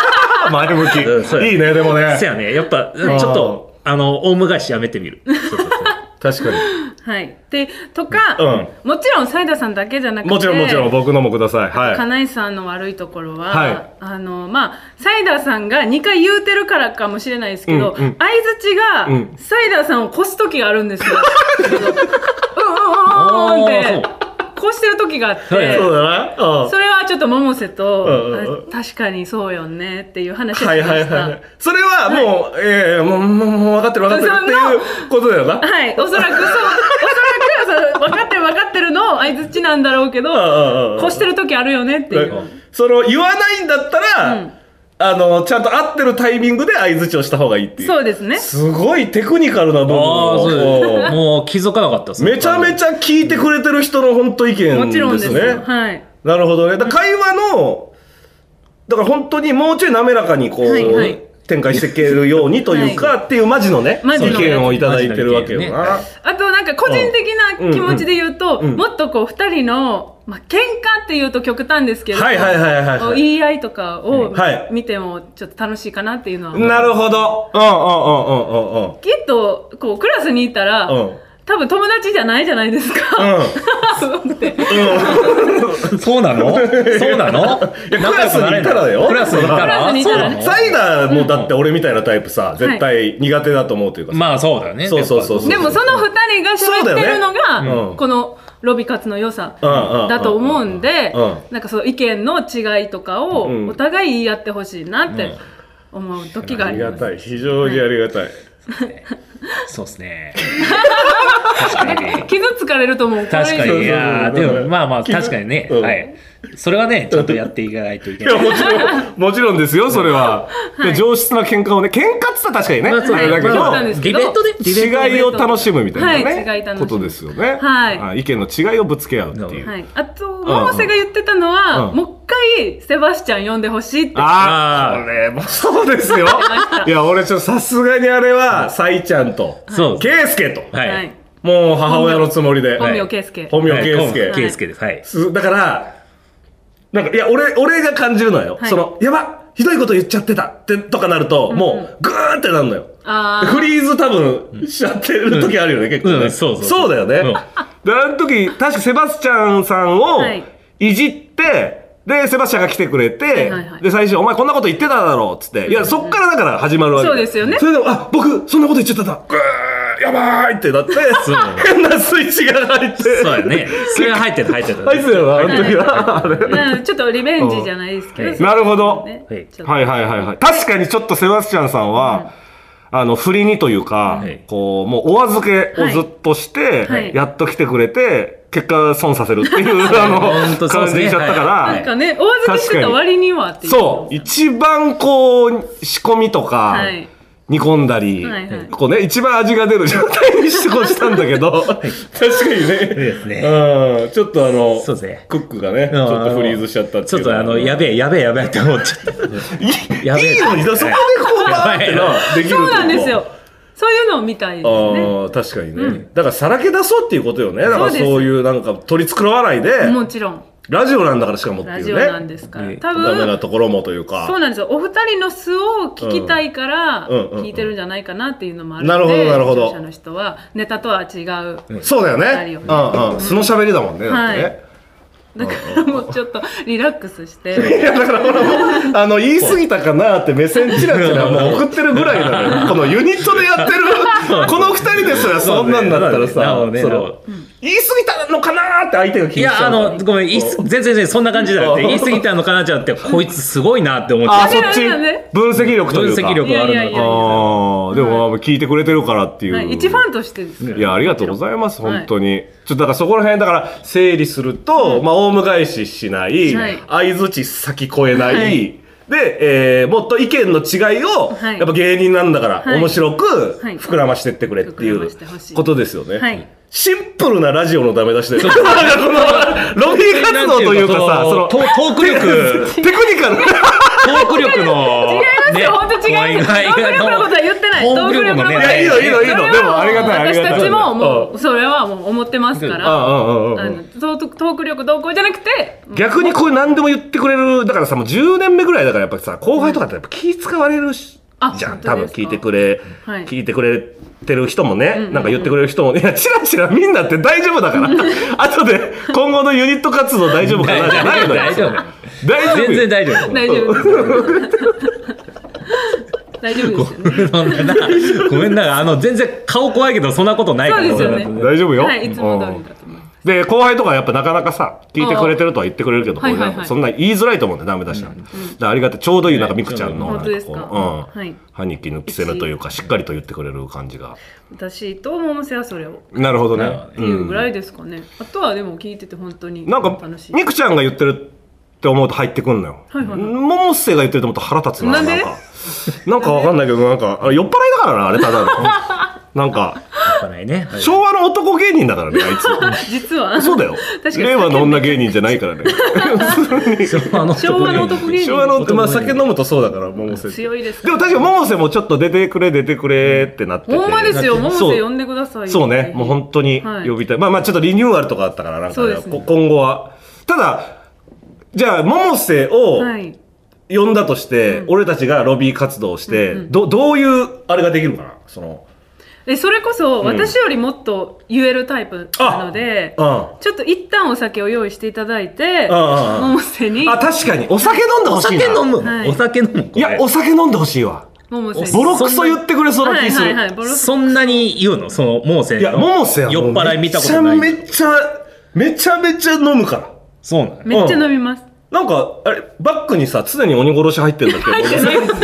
Speaker 1: 前向
Speaker 2: うんそう
Speaker 1: き。
Speaker 2: や
Speaker 1: いいね、でもね
Speaker 2: せ。やねやっぱち
Speaker 1: あ
Speaker 2: ょ
Speaker 1: ー
Speaker 2: っとあのオウム返しやめてみるそうそうそう
Speaker 1: 確かに。
Speaker 3: はいでとか、
Speaker 1: う
Speaker 3: もちろんサイダーさんだけじゃなくて
Speaker 1: もちろんもちろん、僕のもください。はい。
Speaker 3: 金井さんの悪いところは、
Speaker 1: はい
Speaker 3: あのまあサイダーさんが2回言うてるからかもしれないですけど、
Speaker 1: うんうん
Speaker 3: 相槌が、
Speaker 1: うん
Speaker 3: サイダーさんを越す時があるんですよ。
Speaker 2: あ
Speaker 3: うんうんうんうん
Speaker 2: ー
Speaker 3: っ
Speaker 2: そ
Speaker 3: て越してる時があっ
Speaker 2: はい
Speaker 3: て。
Speaker 1: そうだな。うん
Speaker 3: それはちょっと百瀬と、
Speaker 1: うんうんうん
Speaker 3: あ確かにそうよねっていう話をしま
Speaker 1: はい
Speaker 3: した。
Speaker 1: はいはい。それはもう、ええ、もう、もうもう分かってる分かってるっていうことだよな。
Speaker 3: はい、おそらくそう、おそらくそう分かってる分かってるの相づちなんだろうけど、
Speaker 1: うんうん
Speaker 3: 越してる時あるよねっていう。
Speaker 1: うんそれを言わないんだったら、
Speaker 3: うん
Speaker 1: あの、ちゃんと合ってるタイミングで相づちをした方がいいっていう。
Speaker 3: そうですね。
Speaker 1: すごいテクニカルな部分
Speaker 2: ああそう
Speaker 1: を。
Speaker 2: もう気づかなかったっす
Speaker 1: めちゃめち
Speaker 2: ゃ
Speaker 1: ゃ聞いてくれてる人の本当意見ですね。
Speaker 3: もちろんですよ。はい。
Speaker 1: なるほどね。だから会話の、だから本当にもうちょい滑らかにこう、
Speaker 3: はいはい
Speaker 1: 展開していけるようにというか、っていうマジのね、
Speaker 3: マジの
Speaker 1: 意見をいただいてるわけよ
Speaker 2: マジの
Speaker 1: な。
Speaker 3: あとなんか個人的な気持ちで言うと、
Speaker 1: うんうんうん
Speaker 3: もっとこう二人の、まあ、喧嘩っていうと極端ですけど、
Speaker 1: はいはいはいはいはい
Speaker 3: 言い合いとかを
Speaker 1: はい
Speaker 3: 見てもちょっと楽しいかなっていうのは、
Speaker 1: なるほど。うんうんうんうんうんうん。
Speaker 3: きっとこうクラスにいたら、
Speaker 1: うん
Speaker 3: 多分友達じゃないじゃないですか。 そうってク
Speaker 2: そうなのそうなの
Speaker 1: いやクラスに行ったらだよ
Speaker 2: クラスに行った
Speaker 3: クラス
Speaker 2: ら
Speaker 3: に行っ
Speaker 2: そ
Speaker 3: た
Speaker 2: う
Speaker 3: ら
Speaker 2: な
Speaker 3: ね
Speaker 2: の
Speaker 1: サイダーもだって俺みたいなタイプさ、絶対苦手だと思うというかさ、
Speaker 2: まあそうだね
Speaker 1: そうそうそうそう
Speaker 3: でもその二人が喋ってるのが、
Speaker 1: そうだよねうん
Speaker 3: このロビ活の良さ
Speaker 1: うんうん
Speaker 3: だと思うんで、
Speaker 1: うん
Speaker 3: なんかその意見の違いとか
Speaker 1: う
Speaker 3: を
Speaker 1: ん
Speaker 3: お互い言い合ってほしいなって思う時があ
Speaker 1: あ
Speaker 3: り
Speaker 1: り
Speaker 3: ます。
Speaker 1: がたい。非常にありがたい。
Speaker 2: そうですね確かにね
Speaker 3: 傷つかれると思う。
Speaker 2: 確か
Speaker 3: これ
Speaker 2: にい
Speaker 3: 以
Speaker 2: やー
Speaker 1: そう
Speaker 2: で
Speaker 1: そうそう
Speaker 2: もまあまあ確かにね
Speaker 1: うん
Speaker 2: はいそれはねちゃんとやっていかないといけ
Speaker 1: い
Speaker 2: ない
Speaker 1: や、もちろん、もちろんですよ、それは。で上質な喧嘩をね、喧嘩って言ったら確かにね、
Speaker 2: まあそう
Speaker 1: あれだけど、
Speaker 3: まあそうなんですけど
Speaker 2: ディベート
Speaker 1: 違
Speaker 2: で
Speaker 1: いを楽しむみたいなね、
Speaker 3: はい違い楽しむ
Speaker 1: ことですよね、
Speaker 3: はい
Speaker 1: あ意見の違いをぶつけ合うっていう、
Speaker 3: 上はい。あと、百瀬が言ってたのは、
Speaker 1: うん
Speaker 3: もう一回セバスチャン呼んでほしいって。
Speaker 1: あ
Speaker 2: あ
Speaker 1: あ
Speaker 2: ー
Speaker 1: これもそうですよ
Speaker 3: した
Speaker 1: いや俺ちょっとさすがにあれはさいちゃんと
Speaker 2: そう
Speaker 1: ケイスケと、
Speaker 2: はい
Speaker 3: はい。
Speaker 1: もう母親のつもりで
Speaker 3: 本
Speaker 2: は
Speaker 3: 名
Speaker 2: い
Speaker 3: 圭介。
Speaker 1: 本名ケイスケ、
Speaker 2: ケイスケですはい
Speaker 1: すだからなんかいや俺俺が感じるのよ、
Speaker 3: はい
Speaker 1: そのやばひどいこと言っちゃってたってとかなると、もうグーってなるのよ
Speaker 3: ああ
Speaker 1: フリーズ多分しちゃってる時あるよね、結構ね、
Speaker 2: うんそうそう
Speaker 1: だよね、
Speaker 2: う
Speaker 1: で
Speaker 2: ん
Speaker 1: あの時確かセバスチャンさんを
Speaker 3: はい
Speaker 1: いじってでセバスチャンが来てくれて、
Speaker 3: いはいはい
Speaker 1: で最初「お前こんなこと言ってただろ」っつっていやそっからだから始まるわけ
Speaker 3: そうですよね
Speaker 1: それでも「あ僕そんなこと言っちゃったんだぐーやばい」ってなって
Speaker 2: そうだね
Speaker 1: 変なスイッチが入って
Speaker 2: そうやね。それは入ってた、入ってた。
Speaker 1: あいつだよなあの時はあれ
Speaker 3: あ、うん、ちょっとリベンジじゃないですけ
Speaker 2: う
Speaker 3: ど。
Speaker 2: ん
Speaker 1: なるほど、
Speaker 3: ね
Speaker 2: はい
Speaker 3: ちょっと
Speaker 1: はいはいはいはい。確かにちょっとセバスチャンさんは、あの、振りにというか、
Speaker 2: はい
Speaker 1: こう、もうお預けをずっとして、
Speaker 3: はい
Speaker 1: やっと来てくれて、結果損させるっていう、あ
Speaker 2: 本
Speaker 1: の、
Speaker 2: 当そう
Speaker 1: 感
Speaker 2: です
Speaker 1: じ
Speaker 2: ね
Speaker 1: にしちゃったから、
Speaker 2: はい
Speaker 3: なんかね、お預けしてた割にはっていう。
Speaker 1: そう、一番こう、仕込みとか、
Speaker 3: はい
Speaker 1: 煮込んだり、
Speaker 3: はいはい
Speaker 1: こうね、一番味が出る状態にしてこうしたんだけど、 確かにね。
Speaker 2: ですね。
Speaker 1: うん、ちょっとあの、
Speaker 2: そうですね
Speaker 1: クックがね、ち
Speaker 2: うん
Speaker 1: ょっとフリーズしちゃったって
Speaker 2: ち
Speaker 1: い
Speaker 2: ょ
Speaker 1: う
Speaker 2: っとあの、やべえ、やべえ、やべえって思っちゃ った。
Speaker 1: いい
Speaker 2: やべえ
Speaker 1: いいのにだそこでこうバーって
Speaker 2: やばい
Speaker 1: なできると
Speaker 3: そ
Speaker 1: こ
Speaker 3: うなんですよ。そういうのを見たいですね。
Speaker 1: ああ確かにね、だからさらけ出そうっていうことよねだから
Speaker 3: そうです
Speaker 1: そういうなんか取り繕わないで
Speaker 3: もちろん。
Speaker 1: ラジオなんだからしかもって
Speaker 3: ラ
Speaker 1: い
Speaker 3: ジ
Speaker 1: う
Speaker 3: オ
Speaker 1: ね
Speaker 3: なんですから。多
Speaker 1: ダメな
Speaker 3: 分、
Speaker 1: ところもというか
Speaker 3: そうなんですよ。お二人の素を聞きたいから、
Speaker 1: うんうんうんうん
Speaker 3: 聞いてるんじゃないかなっていうのもある
Speaker 1: なる
Speaker 3: の
Speaker 1: ほ
Speaker 3: で、
Speaker 1: どなるほど
Speaker 3: 視聴者の人は、ネタとは違う。
Speaker 1: そうだよ
Speaker 3: なる
Speaker 1: ね
Speaker 3: よね
Speaker 1: うんうん素の喋りだもんね、だってね、
Speaker 3: はいだからもうちょっとリラックスして。
Speaker 1: いやだからほ らあの言い過ぎたかなって目線ちらちらもう送ってるぐらいなのよこのユニットでやってる この二人ですらそんなんだったらさ
Speaker 2: なるほどね
Speaker 1: そ
Speaker 2: なるほ
Speaker 1: の
Speaker 2: ど
Speaker 1: 言い過ぎたのかなって相手が気にし
Speaker 2: い
Speaker 1: ちゃう
Speaker 2: や、
Speaker 1: か
Speaker 2: あ
Speaker 1: ら
Speaker 2: の、ごめん、言いす全然全然そんな感じじゃなくて、言い過ぎたのかなじゃなくて、こいつすごいなって思っち
Speaker 1: あー
Speaker 2: ゃう。
Speaker 1: そっち
Speaker 3: あれなんだね
Speaker 1: 分析力と
Speaker 2: 分
Speaker 1: いうか
Speaker 2: 析力があるの
Speaker 3: いやいやいや
Speaker 1: ああ、で
Speaker 2: か。
Speaker 1: もまあ聞いてくれてるからっていう。
Speaker 3: はい、一ファンとしてですね。
Speaker 1: いや、ありがとうございます、
Speaker 3: はい
Speaker 1: 本当に。ちょっとだからそこら辺、だから整理すると、まあ、オウム返ししない、
Speaker 3: はい
Speaker 1: 相づち先越えない、
Speaker 3: はい
Speaker 1: で、えーもっと意見の違いを、
Speaker 3: はい
Speaker 1: やっぱ芸人なんだから、
Speaker 3: はい
Speaker 1: 面白く
Speaker 3: はい
Speaker 1: 膨らましてってくれってい
Speaker 3: 膨ら
Speaker 1: う
Speaker 3: ましてほしい
Speaker 1: ことですよね。
Speaker 3: はい
Speaker 1: シンプルなラジオのダメ出しで、なんかこの、ロビー活動というかさ、その、
Speaker 2: ト
Speaker 1: テ
Speaker 2: ーク力、
Speaker 1: クニカル。
Speaker 2: トーク力の。
Speaker 3: 違いますよ、本当違います。トーク力のことは言ってない。
Speaker 2: ト
Speaker 3: ト
Speaker 2: ー
Speaker 3: ー
Speaker 2: ク
Speaker 3: ク
Speaker 2: 力
Speaker 3: 力
Speaker 2: の
Speaker 3: の
Speaker 2: ね
Speaker 1: い
Speaker 3: ことは
Speaker 1: や、いいの、いいの、いいの。でも、ありがたい、ありがたい。
Speaker 3: 私たちも
Speaker 1: う
Speaker 3: も
Speaker 1: ん
Speaker 3: うそれはもう思ってますから
Speaker 1: うんうんうんうん
Speaker 3: あのトークトーク力どうこうじゃなくて
Speaker 1: 逆にこういう何でも言ってくれるだからさもう10年目ぐらいだからやっぱさ後輩とかってやっぱ気使われるし、
Speaker 3: あ
Speaker 1: じゃん
Speaker 3: 本
Speaker 1: 多
Speaker 3: 当
Speaker 1: 分
Speaker 3: ですか
Speaker 1: 聞いてくれ、
Speaker 3: はい
Speaker 1: 聞いてくれてる人もね、
Speaker 3: うんうん
Speaker 1: なんか言ってくれる人もいやチラチラみんなって大丈夫だから 後で今後のユニット活動大丈夫かなじゃないのよ
Speaker 2: 大丈夫。
Speaker 1: 大丈夫
Speaker 2: 全然大丈夫。
Speaker 3: 大丈 夫です大丈夫ですよね
Speaker 2: そんなごめんな、あの、全然顔怖いけど、そんなことないから。
Speaker 3: そうですよね
Speaker 1: 大丈夫よ、
Speaker 3: はいいつも通り
Speaker 1: うん
Speaker 3: だと思います
Speaker 1: で後輩とかやっぱなかなかさ聞いてくれてるとは言ってくれるけど、
Speaker 3: あー
Speaker 1: こうなん
Speaker 3: はいはいは
Speaker 1: か
Speaker 3: い
Speaker 1: そんな言いづらいと思うんでダメだしなんで、だからありがたいちょうどいいなんかみくちゃんのなん
Speaker 3: 本当ですか
Speaker 1: こううん
Speaker 3: はい
Speaker 1: 歯に気抜きせぬというかしっかりと言ってくれる感じが
Speaker 3: 私と百瀬はそれをっ
Speaker 1: なるほどね
Speaker 2: なるほどね
Speaker 3: ていうぐらいですかねあとはでも聞いてて本当に
Speaker 1: なんか
Speaker 3: 楽しい
Speaker 1: みくちゃんが言ってるって思うと入ってくんのよ、
Speaker 3: はいはいはい
Speaker 1: 百瀬が言ってると思うと腹立つな
Speaker 3: なんで
Speaker 1: かなんかわかんないけどなんかあれ酔っ払いだからなあれ ただのなんか
Speaker 2: やっぱりね。
Speaker 1: 昭和の男芸人だからねあいつ
Speaker 3: 実は
Speaker 1: そうだよ
Speaker 3: 確かに
Speaker 1: 令和の女芸人じゃないからね
Speaker 2: 和の
Speaker 3: 昭和の男芸人
Speaker 1: 昭和の、まあ、酒飲むとそうだから、百瀬って。
Speaker 3: 強いです
Speaker 1: でも確か百瀬もちょっと出てくれ、出てくれってなってて。
Speaker 3: ほんまですよ百瀬呼
Speaker 1: そ
Speaker 3: んでくださいうよ
Speaker 1: そう
Speaker 3: ぜ
Speaker 1: ね。
Speaker 3: ひ
Speaker 1: もう本当に
Speaker 3: はい
Speaker 1: 呼びたい。まあまあちょっとリニューアルとかあったから、なんか
Speaker 3: そう
Speaker 1: ね、
Speaker 3: ですね
Speaker 1: こ今後は。ただ、じゃあ、百瀬を
Speaker 3: はい
Speaker 1: 呼んだとして、俺たちがロビー活動をして、ど、どういう、あれができるかなその、
Speaker 3: えそれこそ私よりもっと言えるタイプなので、
Speaker 1: うん。
Speaker 3: ちょっと一旦お酒を用意していただいて、
Speaker 1: うんうんうん
Speaker 3: 百瀬に
Speaker 1: あ、確かに。お酒飲んで
Speaker 2: お
Speaker 1: ほしい
Speaker 2: 酒
Speaker 1: な。
Speaker 2: 飲む
Speaker 3: は
Speaker 2: の
Speaker 3: い
Speaker 2: お酒飲むの
Speaker 1: いや、お酒飲んでほしいわ。
Speaker 3: 百瀬に
Speaker 1: ボロクソ言ってくれそうな気する。
Speaker 3: はいはいはいボロ
Speaker 2: そんなに言うのその、モーセン
Speaker 1: いや、百瀬は
Speaker 2: 酔っ
Speaker 1: もう
Speaker 2: 払い見たことない。
Speaker 1: めっちゃめちゃ、めちゃめちゃ飲むから。
Speaker 2: そうなの
Speaker 3: めっちゃ飲みます、
Speaker 1: なんか、あれ、バッグにさ、常に鬼殺し入ってんだっけど、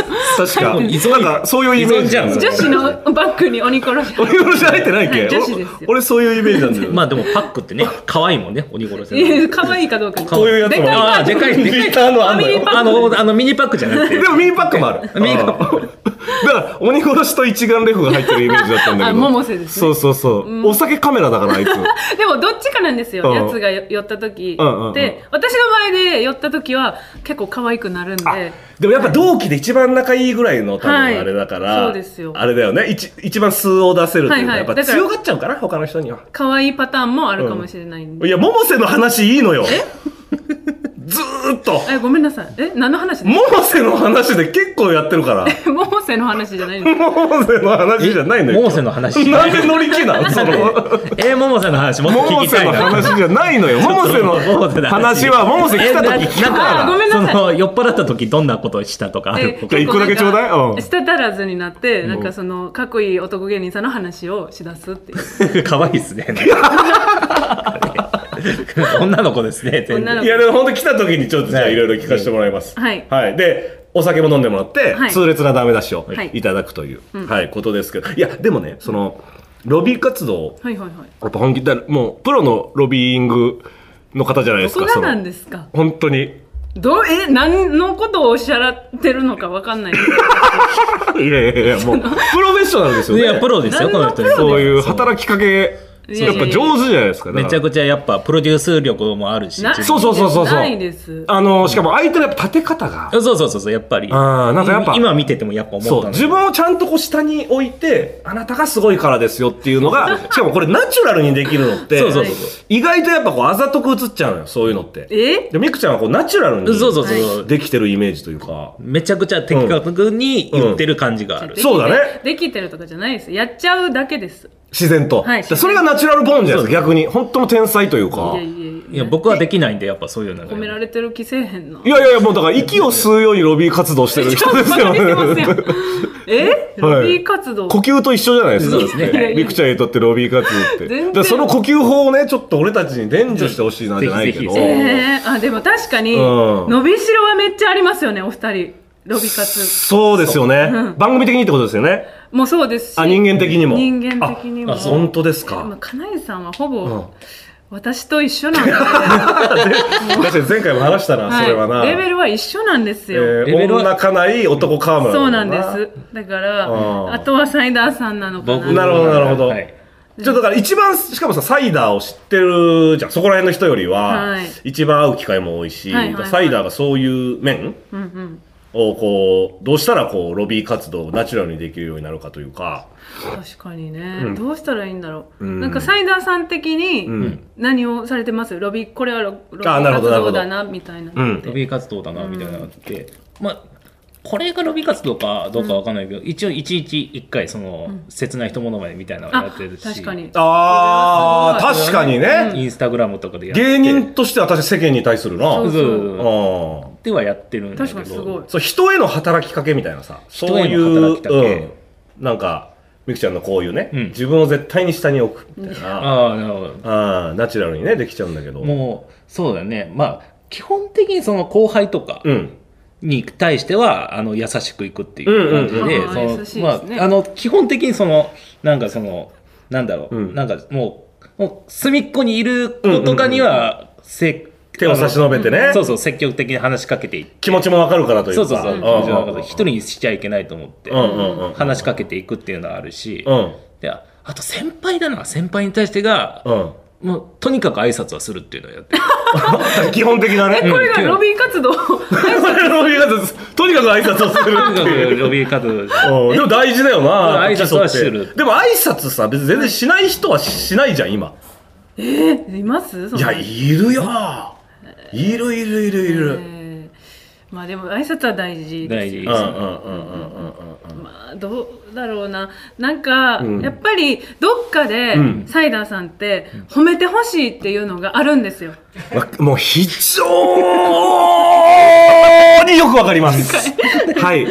Speaker 1: 確か。
Speaker 2: 入ってない
Speaker 1: なんか、そういうイメージ
Speaker 2: 依存じゃん
Speaker 3: 女子のバッグ に鬼殺し
Speaker 1: 鬼殺し入ってないっけ、
Speaker 3: はい女子ですよ
Speaker 1: お俺、そういうイメージなんだよ。
Speaker 2: まあでもパックってね、可愛いもんね、鬼殺し
Speaker 3: い
Speaker 2: の。
Speaker 3: や可愛いかどうかに
Speaker 1: こういうやつも
Speaker 2: ああ、でかい、でか
Speaker 1: ビ
Speaker 2: い。
Speaker 1: ターのあんのよ
Speaker 3: ファミリーパック
Speaker 2: あの、あの、ミニパックじゃなくて。
Speaker 1: でも、ミニパックもある。
Speaker 2: ミニパッ
Speaker 1: ク。だから、鬼殺しと一眼レフが入ってるイメージだったんだけ
Speaker 3: あ
Speaker 1: ど。
Speaker 3: 百瀬ですね
Speaker 1: そうそうそう、お酒カメラだから、あい つ。
Speaker 3: でもどっちかなんです
Speaker 1: う
Speaker 3: よ
Speaker 1: ん
Speaker 3: やつが寄った時、
Speaker 1: うんうんうん
Speaker 3: で私の前で寄った時は結構可愛くなるん
Speaker 1: あ
Speaker 3: で
Speaker 1: でもやっぱ同期で一番仲いいぐらいの多分
Speaker 3: はい
Speaker 1: あれだから、
Speaker 3: そうですよ
Speaker 1: あれだよね一一番数を出せるというか、
Speaker 3: はいはい
Speaker 1: やっぱ
Speaker 3: だから
Speaker 1: 強がっちゃうから他の人には
Speaker 3: 可愛いパターンもあるかもしれないんで、
Speaker 1: いや百瀬の話いいのよずーっと
Speaker 3: えごめんなさいえ何の話です
Speaker 1: 百瀬の話で結構やってるから
Speaker 3: 百声の話じゃないんです
Speaker 1: モーセの話じゃないのよ
Speaker 2: モーセの話
Speaker 1: なんで乗り気 なのその
Speaker 2: えー、モモセの話もっと
Speaker 1: モ
Speaker 2: 聞
Speaker 1: ー
Speaker 2: きた
Speaker 1: セ
Speaker 2: い
Speaker 1: の
Speaker 2: な
Speaker 1: 話じゃないのよモーセの話 はモーセ来た時聞くか
Speaker 3: あご
Speaker 1: ら
Speaker 3: めんなさい
Speaker 2: その酔っ払った時どんなことしたとかある
Speaker 3: で
Speaker 2: こ
Speaker 1: じゃあ一個だけちょうだいうん
Speaker 3: 舌足らずになって、なんかそのかっこいい男芸人さんの話をしだすっ ていう
Speaker 2: と可愛いですね女の子ですね全
Speaker 3: 女
Speaker 2: 然
Speaker 3: の子
Speaker 1: いやでも本当来た時にちょっとじゃあいろいろ聞かせてもらいます
Speaker 3: はい
Speaker 1: はい、でお酒も飲んでもらって、
Speaker 3: はい
Speaker 1: 痛烈なダメ出しを
Speaker 3: はい
Speaker 1: いただくという、は
Speaker 3: う
Speaker 1: い
Speaker 3: ん
Speaker 1: ことですけどいやでもねそのロビー活動
Speaker 3: はいはいはい
Speaker 1: やっぱ本気だもうプロのロビーイングの方じゃないです
Speaker 3: どこ
Speaker 1: か
Speaker 3: が
Speaker 1: そ
Speaker 3: なん
Speaker 1: の
Speaker 3: ですか
Speaker 1: 本当に
Speaker 3: どうえ何のことをおっしゃらってるのかわかんないです
Speaker 1: いやいやいやもうプロフェッショナルですよ
Speaker 2: い
Speaker 1: ね
Speaker 2: やプロですよこの人
Speaker 3: 何のプロ
Speaker 1: そういう
Speaker 2: き
Speaker 1: 働きかけ
Speaker 3: いや
Speaker 1: やっ
Speaker 3: いや
Speaker 1: ぱ上手じゃないですかだから
Speaker 2: めちゃくちゃやっぱプロデュース力もあるし
Speaker 3: な
Speaker 2: 自分
Speaker 1: そうそうそうそうそう
Speaker 3: ないです
Speaker 1: あのしかも相手のやっぱ立て方が
Speaker 2: そうそうそうそうやっぱり
Speaker 1: あーなんかやっぱ
Speaker 2: 今見ててもやっぱ思った
Speaker 1: そう
Speaker 2: の
Speaker 1: 自分をちゃんとこう下に置いてあなたがすごいからですよっていうの がしかもこれナチュラルにできるのって
Speaker 2: そうそうそう
Speaker 1: 意外とやっぱこうあざとく映っちゃうのよそういうのって
Speaker 3: え
Speaker 1: でみくちゃんはこうナチュラルに
Speaker 2: そうそうそうそう
Speaker 1: できてるイメージというか
Speaker 2: めちゃくちゃ的確に言ってる感じがある、
Speaker 1: んそうだね
Speaker 3: できてるとかじゃないですやっちゃうだけです
Speaker 1: 自然と、
Speaker 3: はい
Speaker 1: でそれがナチュラルボーンじゃないですか逆に本当の天才という
Speaker 3: い
Speaker 1: か
Speaker 3: やいや
Speaker 2: いや僕はできないんでやっぱそういうのが
Speaker 3: 褒められてる気せえへんない
Speaker 1: やいやいやもうだから息を吸うようにロビー活動してる人です よね
Speaker 3: よえロビー活動
Speaker 1: 呼吸と一緒じゃないですか。
Speaker 2: そうですね
Speaker 1: だってりくちゃんにとってロビー活動って。
Speaker 3: 全然
Speaker 1: だからその呼吸法をね、ちょっと俺たちに伝授してほしいなじゃないけど。
Speaker 2: ぜひぜ
Speaker 3: えー、あでも確かに
Speaker 1: うん
Speaker 3: 伸びしろはめっちゃありますよねお二人ロビ活
Speaker 1: そうですよね、
Speaker 3: うん
Speaker 1: 番組的にってことですよね。
Speaker 3: もうそうですし
Speaker 1: あ、人間的にも。
Speaker 3: 人間的にも
Speaker 1: ああ本当ですか。
Speaker 3: まあ、金井さんはほぼ、
Speaker 1: うん
Speaker 3: 私と一緒 なんで、
Speaker 1: 確かに前回も話したな、それはな。
Speaker 3: はい、レベルは一緒なんです
Speaker 1: え
Speaker 3: よ、
Speaker 1: ー
Speaker 2: レベルは
Speaker 1: 女かない男河村
Speaker 3: そう
Speaker 1: だ
Speaker 3: な
Speaker 1: も
Speaker 3: んですだから
Speaker 1: うん
Speaker 3: あとはサイダーさんなのか
Speaker 2: 僕
Speaker 3: な
Speaker 1: なるほどなるほど
Speaker 2: はい
Speaker 1: ちょっとだから一番しかもさサイダーを知ってるじゃんそこら辺の人よりは、
Speaker 3: はい
Speaker 1: 一番会う機会も多いし、
Speaker 3: はいはいはい
Speaker 1: サイダーがそういう面
Speaker 3: うんうん
Speaker 1: をこうどうしたらこうロビー活動をナチュラルにできるようになるかというか、
Speaker 3: 確かにね、
Speaker 1: うん
Speaker 3: どうしたらいいんだろう、
Speaker 1: うん
Speaker 3: なんかサイダーさん的に
Speaker 1: うん
Speaker 3: 何をされてますロビーこれはロロビ
Speaker 1: あ
Speaker 3: ー
Speaker 1: なるほ
Speaker 3: 活
Speaker 1: どなるほ
Speaker 3: 動
Speaker 1: ど
Speaker 3: だなみたいな
Speaker 1: うん
Speaker 2: ロビー活動だなみたいなのがあって、まあこれがロビー活動かどうかわかんないけど、一応一日一回その、切ない人物までみたいなのをや
Speaker 3: あ
Speaker 2: ってるし
Speaker 3: 確かに
Speaker 1: あー確かにね、
Speaker 2: インスタグラムとかでやって
Speaker 1: 芸人としては確かに世間に対するな
Speaker 3: そ
Speaker 2: そううんそうではやってるんだけ
Speaker 3: 確
Speaker 2: ど
Speaker 3: かにすごい
Speaker 1: そう人への働きかけみたいなさ
Speaker 2: 人
Speaker 1: そうい
Speaker 2: へ
Speaker 1: う
Speaker 2: の働きかけ
Speaker 1: うん、なんかみくちゃんのこういうね、
Speaker 2: うん
Speaker 1: 自分を絶対に下に置くみたいな、
Speaker 2: ああなるほど
Speaker 1: あーナチュラルにねできちゃうんだけど
Speaker 2: もうそうだねまあ基本的にその後輩とか
Speaker 1: うん
Speaker 2: に対しては、あの優しくいくっていう感じで、
Speaker 1: うんうん
Speaker 3: うんあー優しいで
Speaker 2: そ
Speaker 3: す
Speaker 2: の
Speaker 3: ね
Speaker 2: まああの基本的にそのなんかそのなんだろう、
Speaker 1: うん
Speaker 2: なんかもうもう隅っこにいる子とかには、せ
Speaker 1: 手を差し伸べてね、
Speaker 2: あのそうそう積極的に話しかけていって
Speaker 1: 気持ちもわかるからという
Speaker 2: そ
Speaker 1: か
Speaker 2: うそうそう
Speaker 1: うん
Speaker 2: 感じの中
Speaker 1: うん
Speaker 2: で一人にしちゃいけないと思って、
Speaker 1: うんうんうん
Speaker 2: 話しかけていくっていうのはあるし、
Speaker 1: うん
Speaker 2: でああと先輩だな先輩に対してが、
Speaker 1: うん
Speaker 2: もうとにかく挨拶はするっていうのをやってる
Speaker 1: 基本的なね
Speaker 3: えこれがロビー 活動
Speaker 1: それロビー活動とにかく挨拶をする
Speaker 2: と
Speaker 1: っ
Speaker 2: に
Speaker 1: て
Speaker 2: か
Speaker 1: いう
Speaker 2: くロビー活動で
Speaker 1: うんでも大事だよな
Speaker 2: うん挨拶はしてる
Speaker 1: 基礎ってでも挨拶さ別に全然しない人はしないじゃん今
Speaker 3: えー、いますそん
Speaker 1: い
Speaker 3: な
Speaker 1: やいるよいるいるいるいる
Speaker 3: えーまあでも挨拶は大事で
Speaker 2: 大
Speaker 3: す
Speaker 2: 事
Speaker 1: うんうんうんうんうんうん
Speaker 3: まあどうだろうななんか、
Speaker 1: うん
Speaker 3: やっぱりどっかで、
Speaker 1: うん
Speaker 3: サイダーさんって褒めてほしいっていうのがあるんですよ
Speaker 1: うんわもう非常によくわかりますはい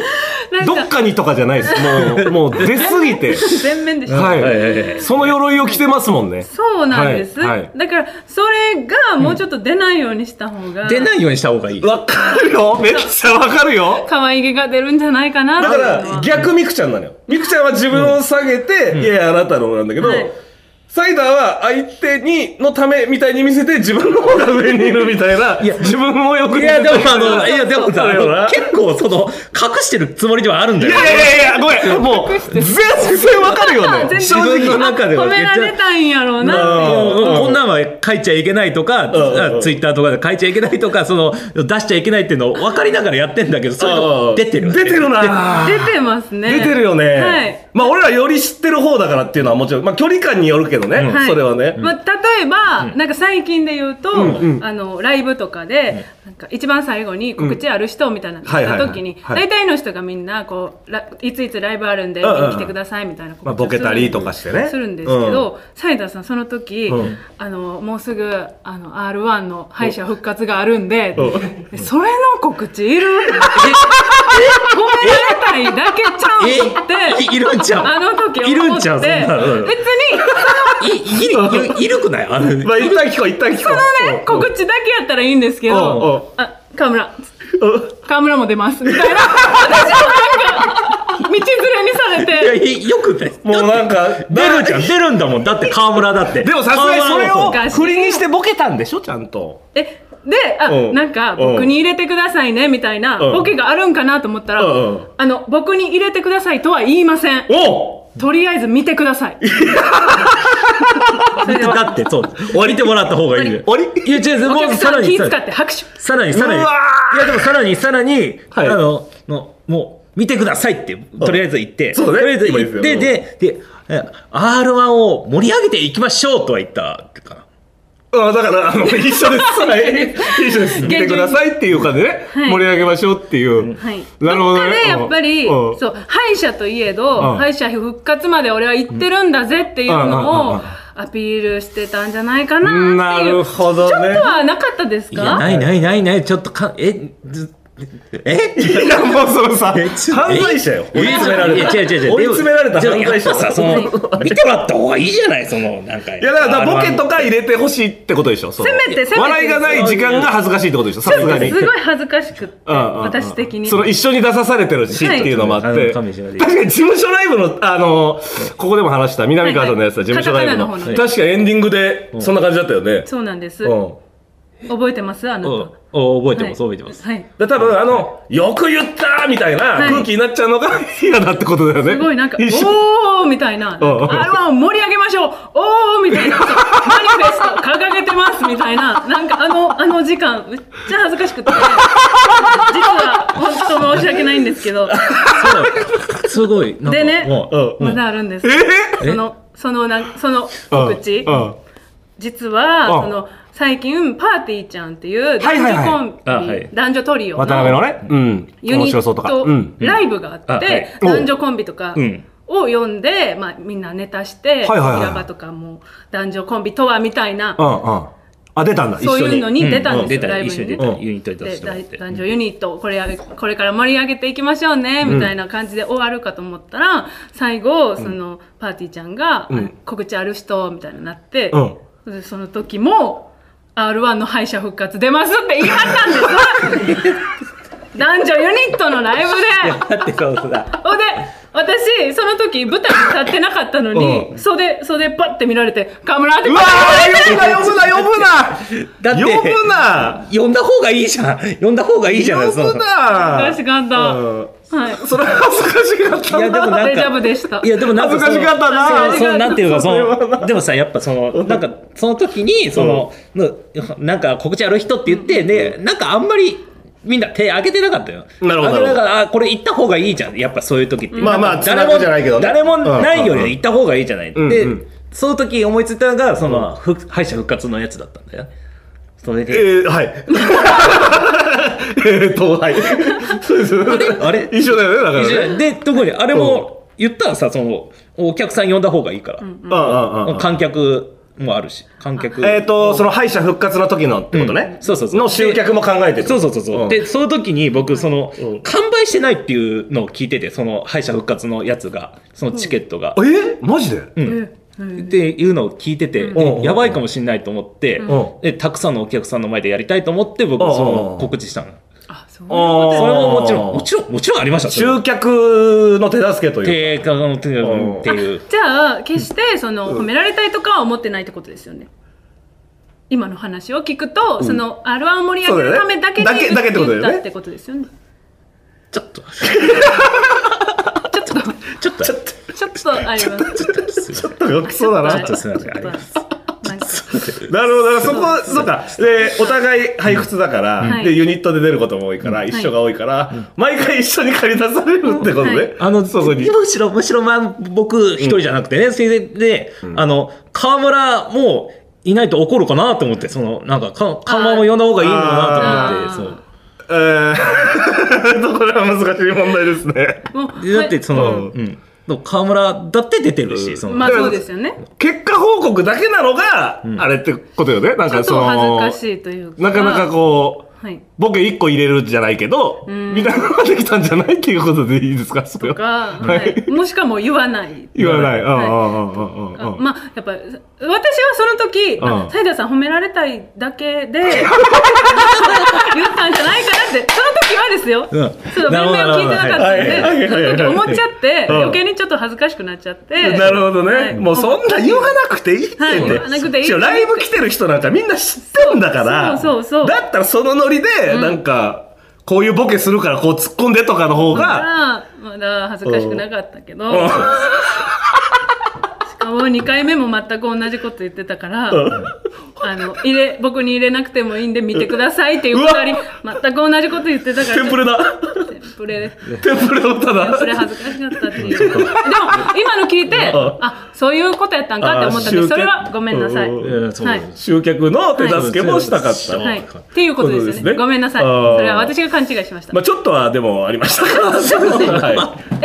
Speaker 3: なん
Speaker 1: ど
Speaker 3: か
Speaker 1: っかにとかじゃないですもうもう出過ぎて
Speaker 3: 全面でした、
Speaker 1: はい
Speaker 2: はいはいはい
Speaker 1: その鎧を着てますもんね
Speaker 3: そうなんです、
Speaker 1: はいはい
Speaker 3: だからそれがもうちょっと出ないようにした方が
Speaker 2: 出ないようにした方がいい
Speaker 1: わかるよ めっちゃわかるよ
Speaker 3: 可愛げが出るんじゃないかな
Speaker 1: だ
Speaker 3: っ
Speaker 1: か
Speaker 3: ていうの
Speaker 1: ら
Speaker 3: は
Speaker 1: 逆ミクちゃんなのよ。ミクちゃんは自分を下げて、いやいやあなたの方なんだけど、
Speaker 3: はい
Speaker 1: サイダーは相手にのためみたいに見せて自分の方が上にいるみたいな、いや自分をよく
Speaker 2: いや、でも、あの、いや、でも、
Speaker 1: そうだよな
Speaker 2: あの結構、その、隠してるつもりではあるんだ
Speaker 1: い
Speaker 2: よ。
Speaker 1: やいやいやいやごめんもう全然わかるよね
Speaker 3: 全然
Speaker 1: 正
Speaker 2: 自分の
Speaker 1: 直
Speaker 2: 中で
Speaker 3: 褒
Speaker 2: は
Speaker 3: め
Speaker 2: めっ
Speaker 3: ら
Speaker 2: ちゃ
Speaker 3: れたんやろうなっていう
Speaker 1: うん
Speaker 2: こんなんは書いちゃいけないとか、
Speaker 1: うんうん
Speaker 2: あツイッターとかで書いちゃいけないとか、その、出しちゃいけないっていうのを分かりながらやってんだけど、それ
Speaker 1: うんう
Speaker 2: が
Speaker 1: ん
Speaker 2: 出てる。
Speaker 1: 出てるな
Speaker 3: 出てますね
Speaker 1: 出てるよね、
Speaker 3: はい
Speaker 1: まあ俺らより知ってる方だからっていうのはもちろん、まあ、距離感によるけどのね、
Speaker 2: うん
Speaker 3: はい
Speaker 1: それはね、
Speaker 3: まあ、例えば、なんか最近で言うと、
Speaker 1: うんうん
Speaker 3: あのライブとかで、なんか一番最後に告知ある人みたいなの
Speaker 1: はいはいはい
Speaker 3: がった時に、
Speaker 1: はい
Speaker 3: 大体の人がみんなこうらいついつライブあるんで、
Speaker 1: うんうんうん
Speaker 3: 来てくださいみたいな告
Speaker 1: まあ、
Speaker 3: 知を
Speaker 1: ボケたりとかしてね
Speaker 3: するんですけど、サイダーさんその時、
Speaker 1: うん
Speaker 3: あのもうすぐあの R1 の敗者復活があるんで、
Speaker 1: うん
Speaker 3: それの告知いる？褒められたいだけちゃうんって。
Speaker 2: えいいるんちゃう
Speaker 3: あの時
Speaker 2: いる
Speaker 3: 思
Speaker 2: ん
Speaker 3: っ
Speaker 2: ち
Speaker 3: て
Speaker 2: ゃうそんなのうん
Speaker 3: 別に
Speaker 2: いいいるいるくないあの
Speaker 1: まあ一旦聞こう一旦聞こう
Speaker 3: そのね告知だけやったらいいんですけ
Speaker 1: おうおう
Speaker 3: どあ河村
Speaker 1: うんうん
Speaker 3: 河村も出ますみたいな私もなんか道連れにされ
Speaker 2: いや
Speaker 3: て
Speaker 2: いよくない
Speaker 1: もうなんか
Speaker 2: 出るじゃん出るんだもんだって河村だって
Speaker 1: でもさすがにそれ
Speaker 2: 河
Speaker 1: を
Speaker 2: 村も
Speaker 3: を
Speaker 1: 振りにしてボケたんでしょちゃんと
Speaker 3: えであ
Speaker 1: うん
Speaker 3: なんか僕に入れてくださいねみたいな
Speaker 1: うん
Speaker 3: ボケがあるんかなと思ったら
Speaker 1: うんうん
Speaker 3: あの僕に入れてくださいとは言いません
Speaker 1: お
Speaker 3: とりあえず見てくださいそれでは
Speaker 2: だってそう終わりてもらった方がいいんだよ
Speaker 1: 終わり
Speaker 2: いや違う
Speaker 3: お
Speaker 2: もう
Speaker 3: 客
Speaker 2: さ
Speaker 3: さ
Speaker 2: ら
Speaker 3: ん
Speaker 2: に
Speaker 3: 気
Speaker 2: さ
Speaker 3: 使
Speaker 2: らに
Speaker 3: って拍手
Speaker 2: さらにさらに
Speaker 1: うわー
Speaker 2: いやでもさらにさらに、
Speaker 1: はい
Speaker 2: あののもう見てくださいってとりあえず言って、
Speaker 1: そうね
Speaker 2: とりあえず
Speaker 1: 今
Speaker 2: 言
Speaker 1: 言っ
Speaker 2: って
Speaker 1: た
Speaker 2: て
Speaker 1: よ
Speaker 2: ででえ R1 を盛り上げていきましょうとは言ったかな
Speaker 1: あだからあの一緒ですはい一緒です見てくださいっていう感じでね
Speaker 3: はい
Speaker 1: 盛り上げましょうっていう
Speaker 3: はい、
Speaker 1: なるほどね
Speaker 3: どっかでやっぱり、
Speaker 1: うんうん
Speaker 3: そう敗者といえど、
Speaker 1: ん
Speaker 3: 敗者復活まで俺は行ってるんだぜっていう
Speaker 1: うんうんうん
Speaker 3: の
Speaker 1: うん
Speaker 3: をアピールしてたんじゃないかなっていう
Speaker 1: なるほど
Speaker 3: ちょっ
Speaker 1: ね
Speaker 3: とはなかったです
Speaker 2: いや
Speaker 3: か
Speaker 2: ないないないないちょっとかえずえ
Speaker 1: いやもうそのさ犯罪者よ追い詰められた
Speaker 2: いや違う違う違う
Speaker 1: 追い詰められた
Speaker 2: でも
Speaker 1: 犯罪者
Speaker 2: やっぱさその見てもらった方がいいじゃないそのなんかい
Speaker 1: いやだからだからボケとか入れてほしいってことでしょせ
Speaker 3: せめてせめて
Speaker 1: 笑いがない時間が恥ずかしいってことでしょさすがに
Speaker 3: すごい恥ずかしくって、
Speaker 1: うんうんうん
Speaker 3: 私的に
Speaker 1: その一緒に出さされてるしっていうのもあって、
Speaker 2: はいあの
Speaker 1: 確
Speaker 2: 神
Speaker 1: か
Speaker 2: 島
Speaker 1: に
Speaker 2: で
Speaker 1: 事務所ライブのあのここでも話した南川さんのやつだ、
Speaker 3: はいはい
Speaker 1: 事務所ライブの
Speaker 3: カタカナの方の
Speaker 1: 確かエンディングでそんな感じだったよね、
Speaker 3: そうなんです、
Speaker 1: うん
Speaker 3: 覚えてますあの
Speaker 2: おお覚えてます、
Speaker 3: は
Speaker 2: 覚え
Speaker 3: い
Speaker 2: てます
Speaker 3: はい
Speaker 1: で多分あの、よく言ったみたいな
Speaker 3: はい
Speaker 1: 空気になっちゃうのが嫌だってことだよね。
Speaker 3: すごいなんか「
Speaker 1: 一緒
Speaker 3: おー」みたいな「
Speaker 1: うんうん
Speaker 3: あ盛り上げましょうおー」みたいな「マニフェスト掲げてます」みたいななんかあのあの時間めっちゃ恥ずかしくて実は本当申し訳ないんですけど
Speaker 2: そうすごいなんか
Speaker 3: でね
Speaker 2: も
Speaker 1: う
Speaker 2: う
Speaker 1: ん
Speaker 3: まだあるんです
Speaker 1: え
Speaker 2: え
Speaker 3: そのそのなんその
Speaker 1: うん
Speaker 3: 告知
Speaker 1: うん
Speaker 3: 実は
Speaker 1: うん
Speaker 3: その最近パーティーちゃんっていう
Speaker 1: はいは
Speaker 3: 男
Speaker 1: い
Speaker 3: 女
Speaker 1: はい
Speaker 3: コンビ、
Speaker 2: あはい
Speaker 3: 男女トリオの
Speaker 1: 渡辺のね、うん。
Speaker 3: ユニ
Speaker 1: 面白そうとか。う
Speaker 3: ッ
Speaker 1: ん
Speaker 3: ト。ライブがあって、
Speaker 1: うんあはい
Speaker 3: 男女コンビとか
Speaker 2: うん
Speaker 3: を呼んで、まあ、みんなネタして、
Speaker 1: はいはいはい
Speaker 3: 平場とかも男女コンビとはみたいな
Speaker 1: う、んうん。あ、出たんだ。
Speaker 3: そういうのに出たん
Speaker 2: う
Speaker 3: です
Speaker 2: 出
Speaker 3: よ、
Speaker 2: た
Speaker 3: ライ
Speaker 2: 一
Speaker 3: ブ
Speaker 2: 緒に出
Speaker 3: にね。
Speaker 2: た
Speaker 1: うん
Speaker 2: ユニット出
Speaker 3: で
Speaker 2: してもらって
Speaker 3: だ男女ユニットをこれやこれから盛り上げていきましょうね、みたいな感じで終わるかと思ったら最後そのパーティーちゃんが、
Speaker 1: うん
Speaker 3: あ告知ある人みたいになって、
Speaker 1: うん
Speaker 3: でその時も r 1の敗者復活出ますって言い張ったんです 男女ユニットのライブで
Speaker 2: だってそうそうだ
Speaker 3: ほんで私その時舞台に立ってなかったのに、
Speaker 1: うん
Speaker 3: 袖袖パッて見られて「河村」って
Speaker 1: うわ ー呼ぶな、呼ぶ
Speaker 2: だ
Speaker 1: な、
Speaker 2: って
Speaker 1: 呼ぶな呼ぶな
Speaker 2: 呼んだ方がいいじゃん呼んだ方がいいじゃない
Speaker 1: 呼ぶな
Speaker 3: 恥ずかしかった
Speaker 1: うん
Speaker 3: はい
Speaker 1: それは恥ずかしか
Speaker 2: いや
Speaker 1: っ
Speaker 2: で
Speaker 1: た
Speaker 2: も
Speaker 1: な。
Speaker 2: なんか
Speaker 3: 大丈夫でした
Speaker 2: いやでもなん
Speaker 1: 恥
Speaker 2: か
Speaker 1: ずかしかったな。
Speaker 2: そのそうなんていうかそ
Speaker 1: れは
Speaker 2: のでもさやっぱそのなんかその時にその、のなんか告知ある人って言ってでなんかあんまりみんな手挙げてなかったよ
Speaker 1: なるほど
Speaker 2: あだからあこれ行った方がいいじゃんやっぱそういう時って、
Speaker 1: まあまあ
Speaker 2: んか
Speaker 1: つなぐじゃないけどね
Speaker 2: 誰もないよ
Speaker 1: うんうんうん
Speaker 2: り行った方がいいじゃない、
Speaker 1: うんうん
Speaker 2: でその時思いついたのがその、ふ敗者復活のやつだったんだよねそれで、
Speaker 1: えー、はい。 えーっと、はい。そうですよね
Speaker 2: あれ
Speaker 1: 一緒だよね、だからね。
Speaker 2: で特にあれも言ったらさそのお客さん呼んだ方がいいから、
Speaker 1: うんうんうん。
Speaker 2: 観客もあるし観客
Speaker 1: えーっ、と、その敗者復活の時のってことね。
Speaker 2: うんそうそうそう
Speaker 1: の集客も考えてる。
Speaker 2: そうそうそうそう、
Speaker 1: ん
Speaker 2: でその時に僕その、
Speaker 1: うん
Speaker 2: 完売してないっていうのを聞いててその敗者復活のやつがそのチケットが、
Speaker 1: えマジで
Speaker 2: うんっていうのを聞いてて、
Speaker 1: うん
Speaker 2: でやばいかもしれないと思って、
Speaker 1: うん
Speaker 2: でたくさんのお客さんの前でやりたいと思って僕
Speaker 1: うん
Speaker 2: その告知したの、
Speaker 3: あそう
Speaker 1: あー
Speaker 2: それももちろんもちろんもちろんありましたそれは
Speaker 1: 集客の手助けという
Speaker 2: 定価の手が
Speaker 1: うん
Speaker 2: っていう
Speaker 3: じゃあ決してその褒められたいとかは思ってないってことですよね今の話を聞くと、その r 1を盛り上げるためだけに
Speaker 1: そうだよねだけだけってことだよね
Speaker 3: 言ったってことですよね
Speaker 2: ちょっと
Speaker 3: ちょっと
Speaker 2: ちょっとちょっ
Speaker 3: ちょっとあります
Speaker 2: とすいません
Speaker 1: か。そうだな。
Speaker 2: ちょっとすみませんあります
Speaker 3: なんか
Speaker 1: なるほど、そこ、
Speaker 3: そう
Speaker 1: そうか。で、お互い背屈だから、
Speaker 3: はい
Speaker 1: で、ユニットで出ることも多いから、一緒が多いから、毎回一緒に借り出されるってことね。
Speaker 3: うんはい
Speaker 1: あの、そこに。
Speaker 2: むしろ、むしろ、まあ、僕一人じゃなくてね、それで、あの、河村もいないと怒るかなと思って、その、なんか、か河村も呼んだ方がいいのかなと思って、そう。
Speaker 3: あー
Speaker 1: え ー、これは難しい問題ですね。
Speaker 3: も
Speaker 2: でだって、その、うん。河村だって出てるし、その。
Speaker 3: まあそうですよね。
Speaker 1: 結果報告だけなのが、あれってことよね。なん
Speaker 3: ちょ
Speaker 1: か
Speaker 3: っ
Speaker 1: そ
Speaker 3: と
Speaker 1: の、
Speaker 3: 恥ずかしいというか。
Speaker 1: なかなかこう、
Speaker 3: はい。
Speaker 1: ボケ1個入れるじゃないけど、
Speaker 3: ん
Speaker 1: みたいなのができたんじゃないっていうことでいいですか、それ
Speaker 3: と
Speaker 1: は。
Speaker 3: か、 はい。もしかも言わない。
Speaker 1: 言わない。うん
Speaker 3: は
Speaker 1: う
Speaker 3: い
Speaker 1: んうんうんうんうん。
Speaker 3: まあやっぱ私はその時
Speaker 1: うん
Speaker 3: あサイダーさん褒められたい だけで言ったんじゃないかなってその時はですよ、
Speaker 2: うん
Speaker 3: その
Speaker 2: なる
Speaker 3: 面
Speaker 2: ほど
Speaker 3: 々を聞いてなかったんで、
Speaker 1: なるほどはいはいはいはい
Speaker 3: その時思っちゃって、
Speaker 1: うん
Speaker 3: 余計にちょっと恥ずかしくなっちゃって
Speaker 1: なるほどね、
Speaker 3: はい
Speaker 1: もうそんな言わなくていいって
Speaker 3: はい
Speaker 1: 言
Speaker 3: 言わなくていい
Speaker 1: ライブ来てる人なんかみんな知ってんだから
Speaker 3: そうそうそうそう
Speaker 1: だったらそのノリでなんか、こういうボケするからこう突っ込んでとかの方
Speaker 3: だか
Speaker 1: が、
Speaker 3: らまだ恥ずかしくなかったけど、
Speaker 1: うん
Speaker 3: しかも2回目も全く同じこと言ってたから、あの入れ僕に入れなくてもいいんで見てくださいっていうくだり
Speaker 1: う
Speaker 3: 全く同じこと言ってたから
Speaker 1: テンプレ だ
Speaker 3: テンプレ
Speaker 1: テンプレをただ
Speaker 3: それ恥ずかしかったってい うでも今の聞いて
Speaker 1: うん
Speaker 3: あそういうことやったんかって思ったん
Speaker 1: あー集
Speaker 3: で
Speaker 1: 計
Speaker 3: それはごめんなさい、
Speaker 1: うん
Speaker 2: いやそう
Speaker 3: はい
Speaker 1: 集客の手助けもしたかった、
Speaker 2: はい
Speaker 3: はい、っていうことですよ
Speaker 1: そうで
Speaker 3: ね
Speaker 1: すね
Speaker 3: ごめんなさい
Speaker 1: あー
Speaker 3: それは私が勘違いしました、
Speaker 1: まあちょっとはでもありましたから はい
Speaker 2: だ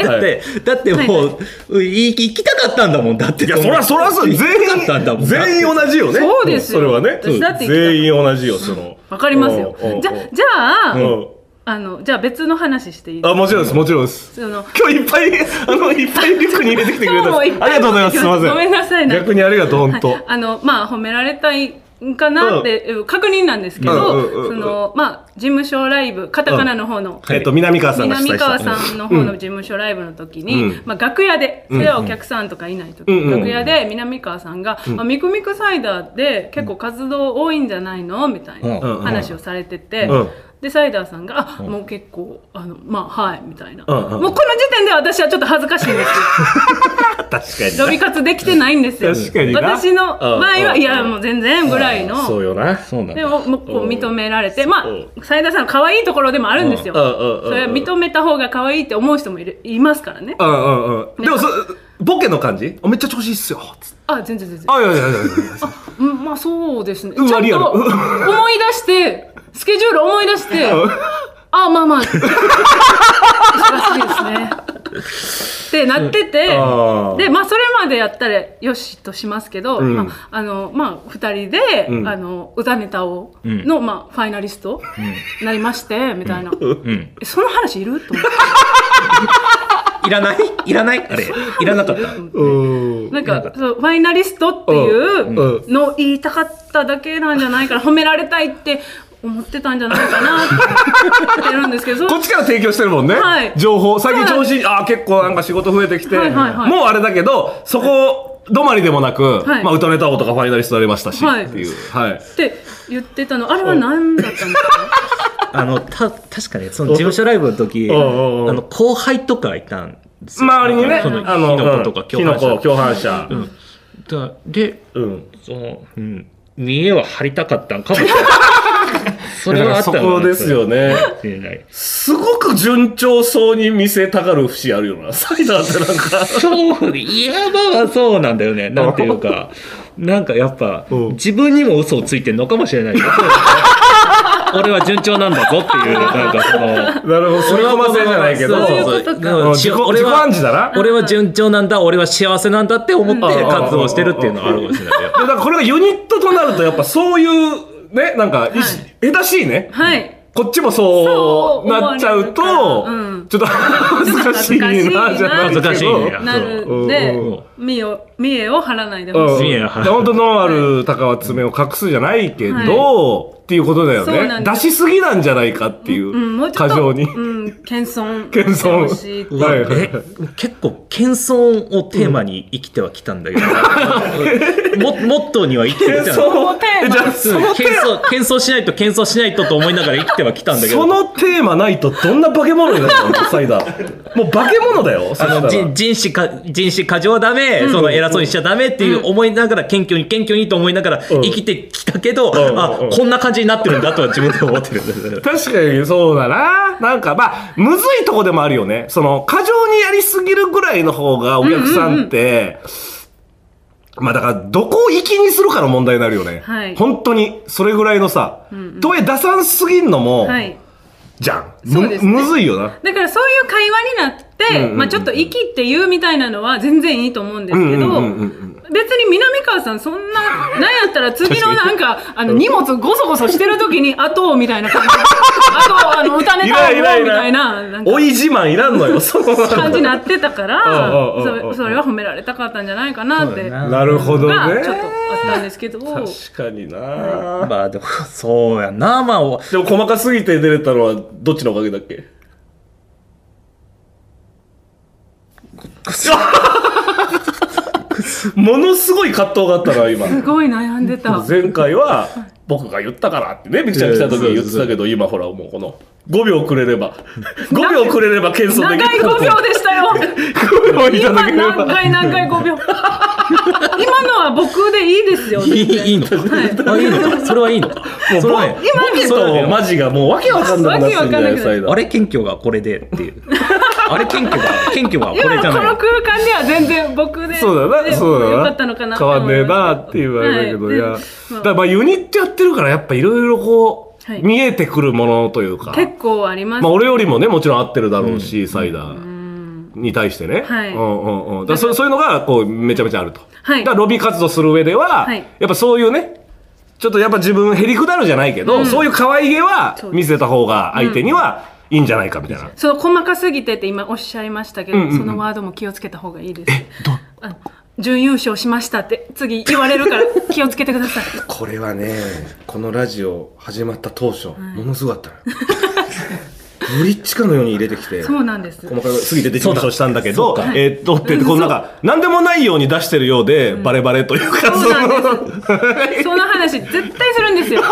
Speaker 2: っ
Speaker 1: はい
Speaker 2: て、だってもう、い行きたかったんだもん、だって。
Speaker 1: いやそりゃそりゃそう
Speaker 2: 行き
Speaker 1: 全員
Speaker 2: たかったんだもん。
Speaker 1: 全員同じよね
Speaker 3: そうですよ
Speaker 1: それはね
Speaker 3: 私だって行きたかった
Speaker 1: 全員同じよその
Speaker 3: わかりますよ
Speaker 1: うんうんうん
Speaker 3: じゃじゃあ、
Speaker 1: うん
Speaker 3: あのじゃあ別の話していい
Speaker 1: あもちろんですもちろんです
Speaker 3: その
Speaker 1: 今日いっぱい、あの、いっぱいリュックに入れてきてくれた。
Speaker 3: 今日
Speaker 1: あ
Speaker 3: もい
Speaker 1: り
Speaker 3: っぱい
Speaker 1: がとうございます。すみません。
Speaker 3: ごめんなさいなんか
Speaker 1: 逆にありがとう、本当。
Speaker 3: はいあのまあ褒められたいんかなっていう確認なんですけど、
Speaker 1: うんうんうんうん
Speaker 3: そのまあ事務所ライブカタカナの方の、
Speaker 1: えっと、南川さんが主催
Speaker 3: 南
Speaker 1: した。
Speaker 3: 川さんの方の事務所ライブの時に、
Speaker 1: うん
Speaker 3: まあ、楽屋でそれはお客さんとかいない時、
Speaker 1: うんうん
Speaker 3: 楽屋で南川さんが「あミクミクサイダーで結構活動多いんじゃないの?」みたいな
Speaker 1: うん
Speaker 3: 話をされてて。
Speaker 1: うん
Speaker 3: でサイダーさんが「あもう結構あのまあはい」みたいな、
Speaker 1: うんうん
Speaker 3: もうこの時点で私はちょっと恥ずかしいんです
Speaker 1: 確か
Speaker 3: よロ
Speaker 1: に
Speaker 3: ビ活できてないんですよ
Speaker 1: 確かにな
Speaker 3: 私の場
Speaker 1: う
Speaker 3: 合
Speaker 1: んう
Speaker 3: は「
Speaker 1: ん
Speaker 3: いやもう全然」ぐらい
Speaker 1: な。そ
Speaker 3: の
Speaker 1: うよな。
Speaker 2: そうなん
Speaker 3: で
Speaker 2: だ。
Speaker 3: ももうこう認められてま
Speaker 1: う
Speaker 3: あサイダーさんの可愛いところでもあるんですよ、
Speaker 1: うんうんうんうん
Speaker 3: それは認めた方が可愛いって思う人もいるいますからね
Speaker 1: うんうんうん。でも、そボケの感じあめっちゃ調子いいっすよ。つって
Speaker 3: あ全然全然
Speaker 1: あ、いやいやいやいや。
Speaker 3: うんまあそうですねち
Speaker 1: う
Speaker 3: ょ
Speaker 1: わ
Speaker 3: っと思い
Speaker 1: リアルうん
Speaker 3: 出してスケジュール思い出してあまあまあ忙しいですねってなってて
Speaker 1: あー
Speaker 3: でまあそれまでやったらよしとしますけど、
Speaker 1: ん
Speaker 3: まあ、あのまあ2人で、
Speaker 1: うん
Speaker 3: あの歌ネタをの、まあ、ファイナリストになりまして、み たいな、
Speaker 2: うん。
Speaker 3: えその話いると思って
Speaker 2: いらないいらないあれ。いらなかった。
Speaker 1: うん。
Speaker 3: なんかそうファイナリストっていううのを言いたかっただけなんじゃないかな褒められたいって思ってたんじゃないかなって言ってるんですけど
Speaker 1: こ
Speaker 3: そ
Speaker 1: っちから提供してるもんね。
Speaker 3: はい
Speaker 1: 情報。最近調子いい、あー結構なんか仕事増えてきて、
Speaker 3: はいはいはい
Speaker 1: もうあれだけど、そこ、止まりでもなく、
Speaker 3: はい
Speaker 1: まあ、歌ネタ王とかファイナリストになりましたし、
Speaker 3: はい
Speaker 1: っていう。はい。
Speaker 3: って言ってたのあれは何だったんですか
Speaker 2: あの、た、確かね、その事務所ライブの時、あ
Speaker 1: おうおうおう
Speaker 2: の、後輩とかいたんですよ
Speaker 1: 周りにね、
Speaker 2: その、
Speaker 1: あの、
Speaker 2: キノコとか、
Speaker 1: キノコ共犯者。
Speaker 2: だで、
Speaker 1: うん。
Speaker 2: その、うん、見栄は張りたかったんかもしれない。 それはあった
Speaker 1: そ
Speaker 2: のかも
Speaker 1: こですよね。
Speaker 2: しれない。
Speaker 1: すごく順調そうに見せたがる節あるよな。サイダーってなんか。
Speaker 2: そう、いやまあそうなんだよね。なんていうか、なんかやっぱ
Speaker 1: うん、
Speaker 2: 自分にも嘘をついてんのかもしれない よ。俺は順調なんだぞっていう、なんかその、
Speaker 1: なるほど、それはませんじゃないけど。
Speaker 3: そういう
Speaker 1: う
Speaker 3: こ
Speaker 1: ん
Speaker 3: とか
Speaker 1: 自己自己暗示だな。で
Speaker 2: 俺は順調なんだ、俺は幸せなんだって思って
Speaker 1: うん
Speaker 2: 活動してるっていうのはあるかもしれないよ。
Speaker 1: だからこれがユニットとなると、やっぱそういう、ね、なんか、いし下手しいね。
Speaker 3: はい
Speaker 1: こっちもそ
Speaker 3: そうう
Speaker 1: なっちゃうと、
Speaker 3: 思われるからうん
Speaker 1: ちょっと恥ずかしいな、じゃないけど。
Speaker 2: 恥ずかしいね
Speaker 3: なるんで見栄を見栄を張らないで
Speaker 1: うん
Speaker 3: ほしい
Speaker 2: いや
Speaker 1: 本当ノンアル高は爪を隠すじゃないけど、っていうことだよ
Speaker 3: そうなん
Speaker 1: ね。
Speaker 3: で
Speaker 1: 出
Speaker 3: す
Speaker 1: しすぎなんじゃないかっていう、
Speaker 3: うん、もうちょ
Speaker 1: 過
Speaker 3: っと、
Speaker 1: 剰
Speaker 3: う
Speaker 1: に。
Speaker 3: ん、謙遜
Speaker 1: 謙遜
Speaker 3: してほしいって
Speaker 1: うはいはい
Speaker 2: え結構謙遜をテーマに生きてはきたんだ けど、もモットーには生きてきた
Speaker 1: そ
Speaker 2: の
Speaker 1: のテーマじゃあそのテ
Speaker 2: 謙
Speaker 1: ー
Speaker 2: 遜謙遜しないと謙遜しないとと思いながら生きてはきたんだ
Speaker 1: マ
Speaker 2: けど
Speaker 1: そのテーマないとどんな化け物になっちゃうのサイダーもう化け物だよそし
Speaker 2: あ
Speaker 1: た
Speaker 2: の
Speaker 1: ら
Speaker 2: 人人種か人種過剰ダメ、その偉偉そうにしちゃダメっていう思いながら、謙虚に謙虚にと思いながら生きてきたけど、
Speaker 1: んう
Speaker 2: あ
Speaker 1: ん、
Speaker 2: こんな感じになってるんだとは自分で思ってる。
Speaker 1: 確かにそうだな。なんかまあ、むずいとこでもあるよね。その、過剰にやりすぎるぐらいの方がお客さんって、まあだから、どこを粋にするかの問題になるよね。
Speaker 3: はい
Speaker 1: 本当に、それぐらいのさ、
Speaker 3: うんうん
Speaker 1: とはいえ出さんすぎんのも、
Speaker 3: はい。
Speaker 1: じゃん。
Speaker 3: そう
Speaker 1: む,、
Speaker 3: ですね
Speaker 1: むずいよな。
Speaker 3: だからそういう会話になっ
Speaker 1: う
Speaker 3: て、
Speaker 1: んうんうん
Speaker 3: まあちょっと息って言うみたいなのは全然いいと思うんですけど、
Speaker 1: うんうんうんうん
Speaker 3: 別に南川さんそんな、なんやったら次のなんか、あの荷物ごそごそしてる時に、あと、みたいな感じで。あと、あの、歌ネタをみたいな、なんか
Speaker 1: おい自慢いらんのよ、その
Speaker 3: 感じになってたか
Speaker 1: おうお
Speaker 3: ら、
Speaker 1: うおうおう
Speaker 3: それそれは褒められたかったんじゃないかなって、
Speaker 2: そうだ
Speaker 3: が
Speaker 2: な
Speaker 1: なるほ
Speaker 3: ちょ
Speaker 1: ど
Speaker 3: っとあ
Speaker 1: ね。
Speaker 3: ったんですけど、
Speaker 1: 確かにな、
Speaker 2: まあでも、そうやな、まあ、お
Speaker 1: でも細かすぎて出れたのはどっちのおかげだっけ ものすごい葛藤があったな今
Speaker 3: すごい悩んでた。
Speaker 1: 前回は僕が言ったからってねビクちゃん来た時に言ってたけど今ほらもうこの5秒くれれ ば5秒くれれば謙遜
Speaker 3: 長
Speaker 1: でき
Speaker 3: い
Speaker 1: る
Speaker 3: 5秒でしたよ
Speaker 1: 5秒いた
Speaker 3: 今
Speaker 1: だけれ
Speaker 3: 何
Speaker 1: ば
Speaker 3: 回何回5秒 今のは僕でいいですよ
Speaker 2: いい
Speaker 3: 全然
Speaker 2: いいの、あいいのかそれはいいのかそれはね
Speaker 1: ボケとマジがもうわけわかんなくなってんだよ最後
Speaker 2: あれ謙虚がこれでっていう。あれ謙虚が、謙虚がこ
Speaker 3: 今
Speaker 2: れ
Speaker 3: の
Speaker 2: じゃ
Speaker 3: こ
Speaker 2: ない
Speaker 3: の。空間では全然僕で
Speaker 1: そうだな、
Speaker 3: で
Speaker 1: そうだな。
Speaker 3: よかったのかな
Speaker 1: 変わんねえなって言われたけど、い、や。だからまあユニットやってるから、やっぱいろいろこう、
Speaker 3: はい
Speaker 1: 見えてくるものというか。
Speaker 3: 結構あります
Speaker 1: まあ俺よりもね、もちろん合ってるだろうし、サイダー。
Speaker 3: うん
Speaker 1: に対してね。
Speaker 3: はい
Speaker 1: うんうんうん。だからそうそういうのが、こう、めちゃめちゃあると。
Speaker 3: はい
Speaker 1: だからロビー活動する上では、
Speaker 3: はい
Speaker 1: やっぱそういうね、ちょっとやっぱ自分へりくだるじゃないけど、
Speaker 3: うん
Speaker 1: そういう可愛げは
Speaker 3: そうです
Speaker 1: 見せた方が相手にはいいんじゃないかみたいな。
Speaker 3: その細かすぎてって今おっしゃいましたけど、
Speaker 1: うんうんうん
Speaker 3: そのワードも気をつけた方がいいですあの準優勝しましたって次言われるから気をつけてく ださい
Speaker 1: これはねこのラジオ始まった当初、ものすごかったの ブリッジかのように入れてきて
Speaker 3: そうなんです
Speaker 1: 細かい過ぎてで優勝したんだけど
Speaker 2: そうだ
Speaker 1: えーっとってこのなんか何でもないように出してるようで、バレバレというか
Speaker 3: そうなん
Speaker 1: の
Speaker 3: その話絶対するんで すよ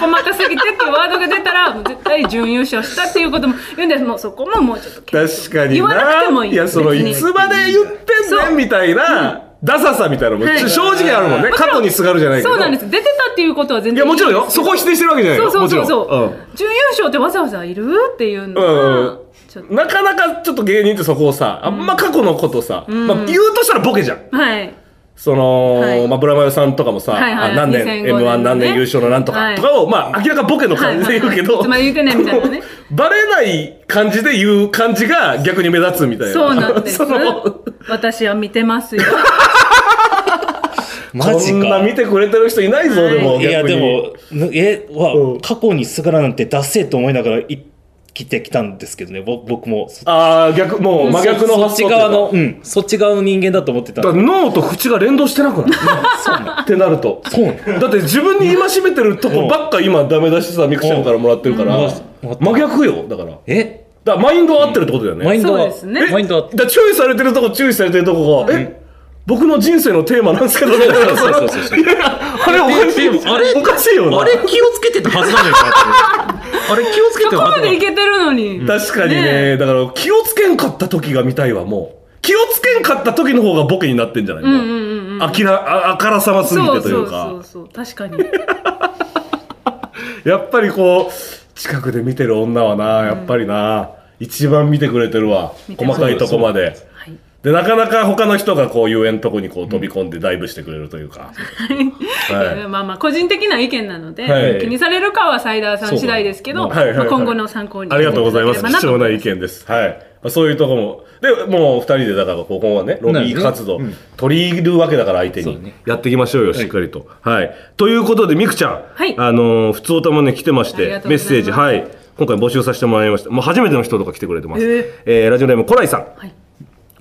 Speaker 3: 細かすぎてってワードが出たらもう絶対準優勝したっていうことも言うんですもうそこももうちょっと
Speaker 1: 確かにな
Speaker 3: 言わなくてもいい
Speaker 1: やその
Speaker 3: 別に
Speaker 1: いつまで言ってんねんみたいな、ダサさみたいなのも、
Speaker 3: はい
Speaker 1: ちょ正直あるもんね
Speaker 3: もちろん
Speaker 1: 過去にすがるじゃないけど
Speaker 3: そうなんです出てたっていうことは全
Speaker 1: い
Speaker 3: 然
Speaker 1: やもちろんよそこを否定してるわけじゃない
Speaker 3: そう
Speaker 1: よ
Speaker 3: そうそうそ
Speaker 1: もちろん
Speaker 3: う、準優勝ってわざわざいるっていうの
Speaker 1: うん
Speaker 3: は
Speaker 1: うん
Speaker 3: ちょっと
Speaker 1: なかなかちょっと芸人ってそこをさ、あんま過去のことさ、まあ、言うとしたらボケじゃん。
Speaker 3: はい
Speaker 1: その、
Speaker 3: はい
Speaker 1: まあ、ブラマヨさんとかもさ、
Speaker 3: はいはい
Speaker 1: あ何年、
Speaker 3: 2005
Speaker 1: M1
Speaker 3: ね
Speaker 1: 何年優勝のなんとか、
Speaker 3: はい
Speaker 1: とかを、まあ、明らかボケの感じで言うけど、
Speaker 3: はいはいはいいつまで言うてねみたいなね
Speaker 1: こう バレない感じで言う感じが逆に目立つみたいな。
Speaker 3: そうなんで す
Speaker 1: その
Speaker 3: 私は見てま すよ
Speaker 2: マジ
Speaker 1: こんな
Speaker 2: か。
Speaker 1: 見てくれてる人いないぞ、
Speaker 3: はい
Speaker 1: でも。
Speaker 2: いや、
Speaker 1: 逆に
Speaker 2: でも、え、
Speaker 1: う
Speaker 2: は
Speaker 1: ん、
Speaker 2: 過去にすがらなんて出せと思いながら生きてきたんですけどね、ぼ僕も。
Speaker 1: ああ、逆、もう真逆の
Speaker 2: そ
Speaker 1: 発
Speaker 2: っ
Speaker 1: 想
Speaker 2: ち
Speaker 1: っていうか
Speaker 2: 側の、うん、そっち側の人間だと思ってたん
Speaker 1: だ
Speaker 2: で。
Speaker 1: から脳と口が連動してな くなるってなると。
Speaker 2: そうね。
Speaker 1: だって自分に戒めてるとこばっか今ダメ出しさミクちゃんからもらってるから
Speaker 2: うん
Speaker 1: 真逆よだからだか
Speaker 2: え
Speaker 1: らマインドは合ってるってことだよね、
Speaker 2: マインド
Speaker 3: そう
Speaker 2: は
Speaker 3: ですね、
Speaker 2: マインドは
Speaker 1: だから注意されてるとこ注意されてるとこが、え僕の人生のテーマなんですけどね
Speaker 2: そうそうそうそう
Speaker 1: いやあれおかしい
Speaker 2: でもあれ
Speaker 1: おかしいよな
Speaker 2: あれ気をつけてたはずなのよあれ気をつけて
Speaker 3: そ
Speaker 2: た
Speaker 3: こ
Speaker 2: は
Speaker 3: ま
Speaker 2: ずなの
Speaker 3: でい
Speaker 2: よ
Speaker 3: けてるのに、
Speaker 1: 確かにね
Speaker 3: ね
Speaker 1: だから気をつけんかった時が見たいわもう気をつけんかった時の方がボケになってんじゃないの、
Speaker 3: うんうんうんうん
Speaker 1: あきらああからさますぎ
Speaker 3: そ
Speaker 1: て
Speaker 3: う
Speaker 1: とい
Speaker 3: そうう
Speaker 1: か
Speaker 3: そうそう確かに
Speaker 1: やっぱりこう近くで見てる女はなやっぱりな、一番見てくれてるわ
Speaker 3: 見てま
Speaker 1: 細か
Speaker 3: す
Speaker 1: いとこまで
Speaker 3: はい
Speaker 1: でなかなか他の人がこう遊園とこにこう飛び込んでダイブしてくれるというか、はい
Speaker 3: えーまあまあ個人的な意見なので、
Speaker 1: はい
Speaker 3: 気にされるかはサイダーさん次第ですけど、
Speaker 1: そうだねはいはいは
Speaker 3: まあ、
Speaker 1: い
Speaker 3: 今後の参考に
Speaker 1: ありがとうございます
Speaker 3: ただ
Speaker 1: 貴
Speaker 3: ければ
Speaker 1: 重
Speaker 3: な
Speaker 1: な意見ですはい、まあ、そういうとこもでもう二人でだからこう今後はねロビー活動、
Speaker 2: なるね
Speaker 1: 取り入るわけだから相手
Speaker 2: そう
Speaker 1: に、
Speaker 2: だね
Speaker 1: やっていきましょうよしっかりとはい、ということでみくちゃん、
Speaker 3: はい
Speaker 1: あのー普通おたもね来てまし
Speaker 3: あり
Speaker 1: て
Speaker 3: がとう
Speaker 1: メ
Speaker 3: ございま
Speaker 1: ッ
Speaker 3: す
Speaker 1: セージはい今回募集させてもらいましたもう初めての人とか来てくれてます、
Speaker 3: えー
Speaker 1: えーラジオネームコライさん
Speaker 3: はい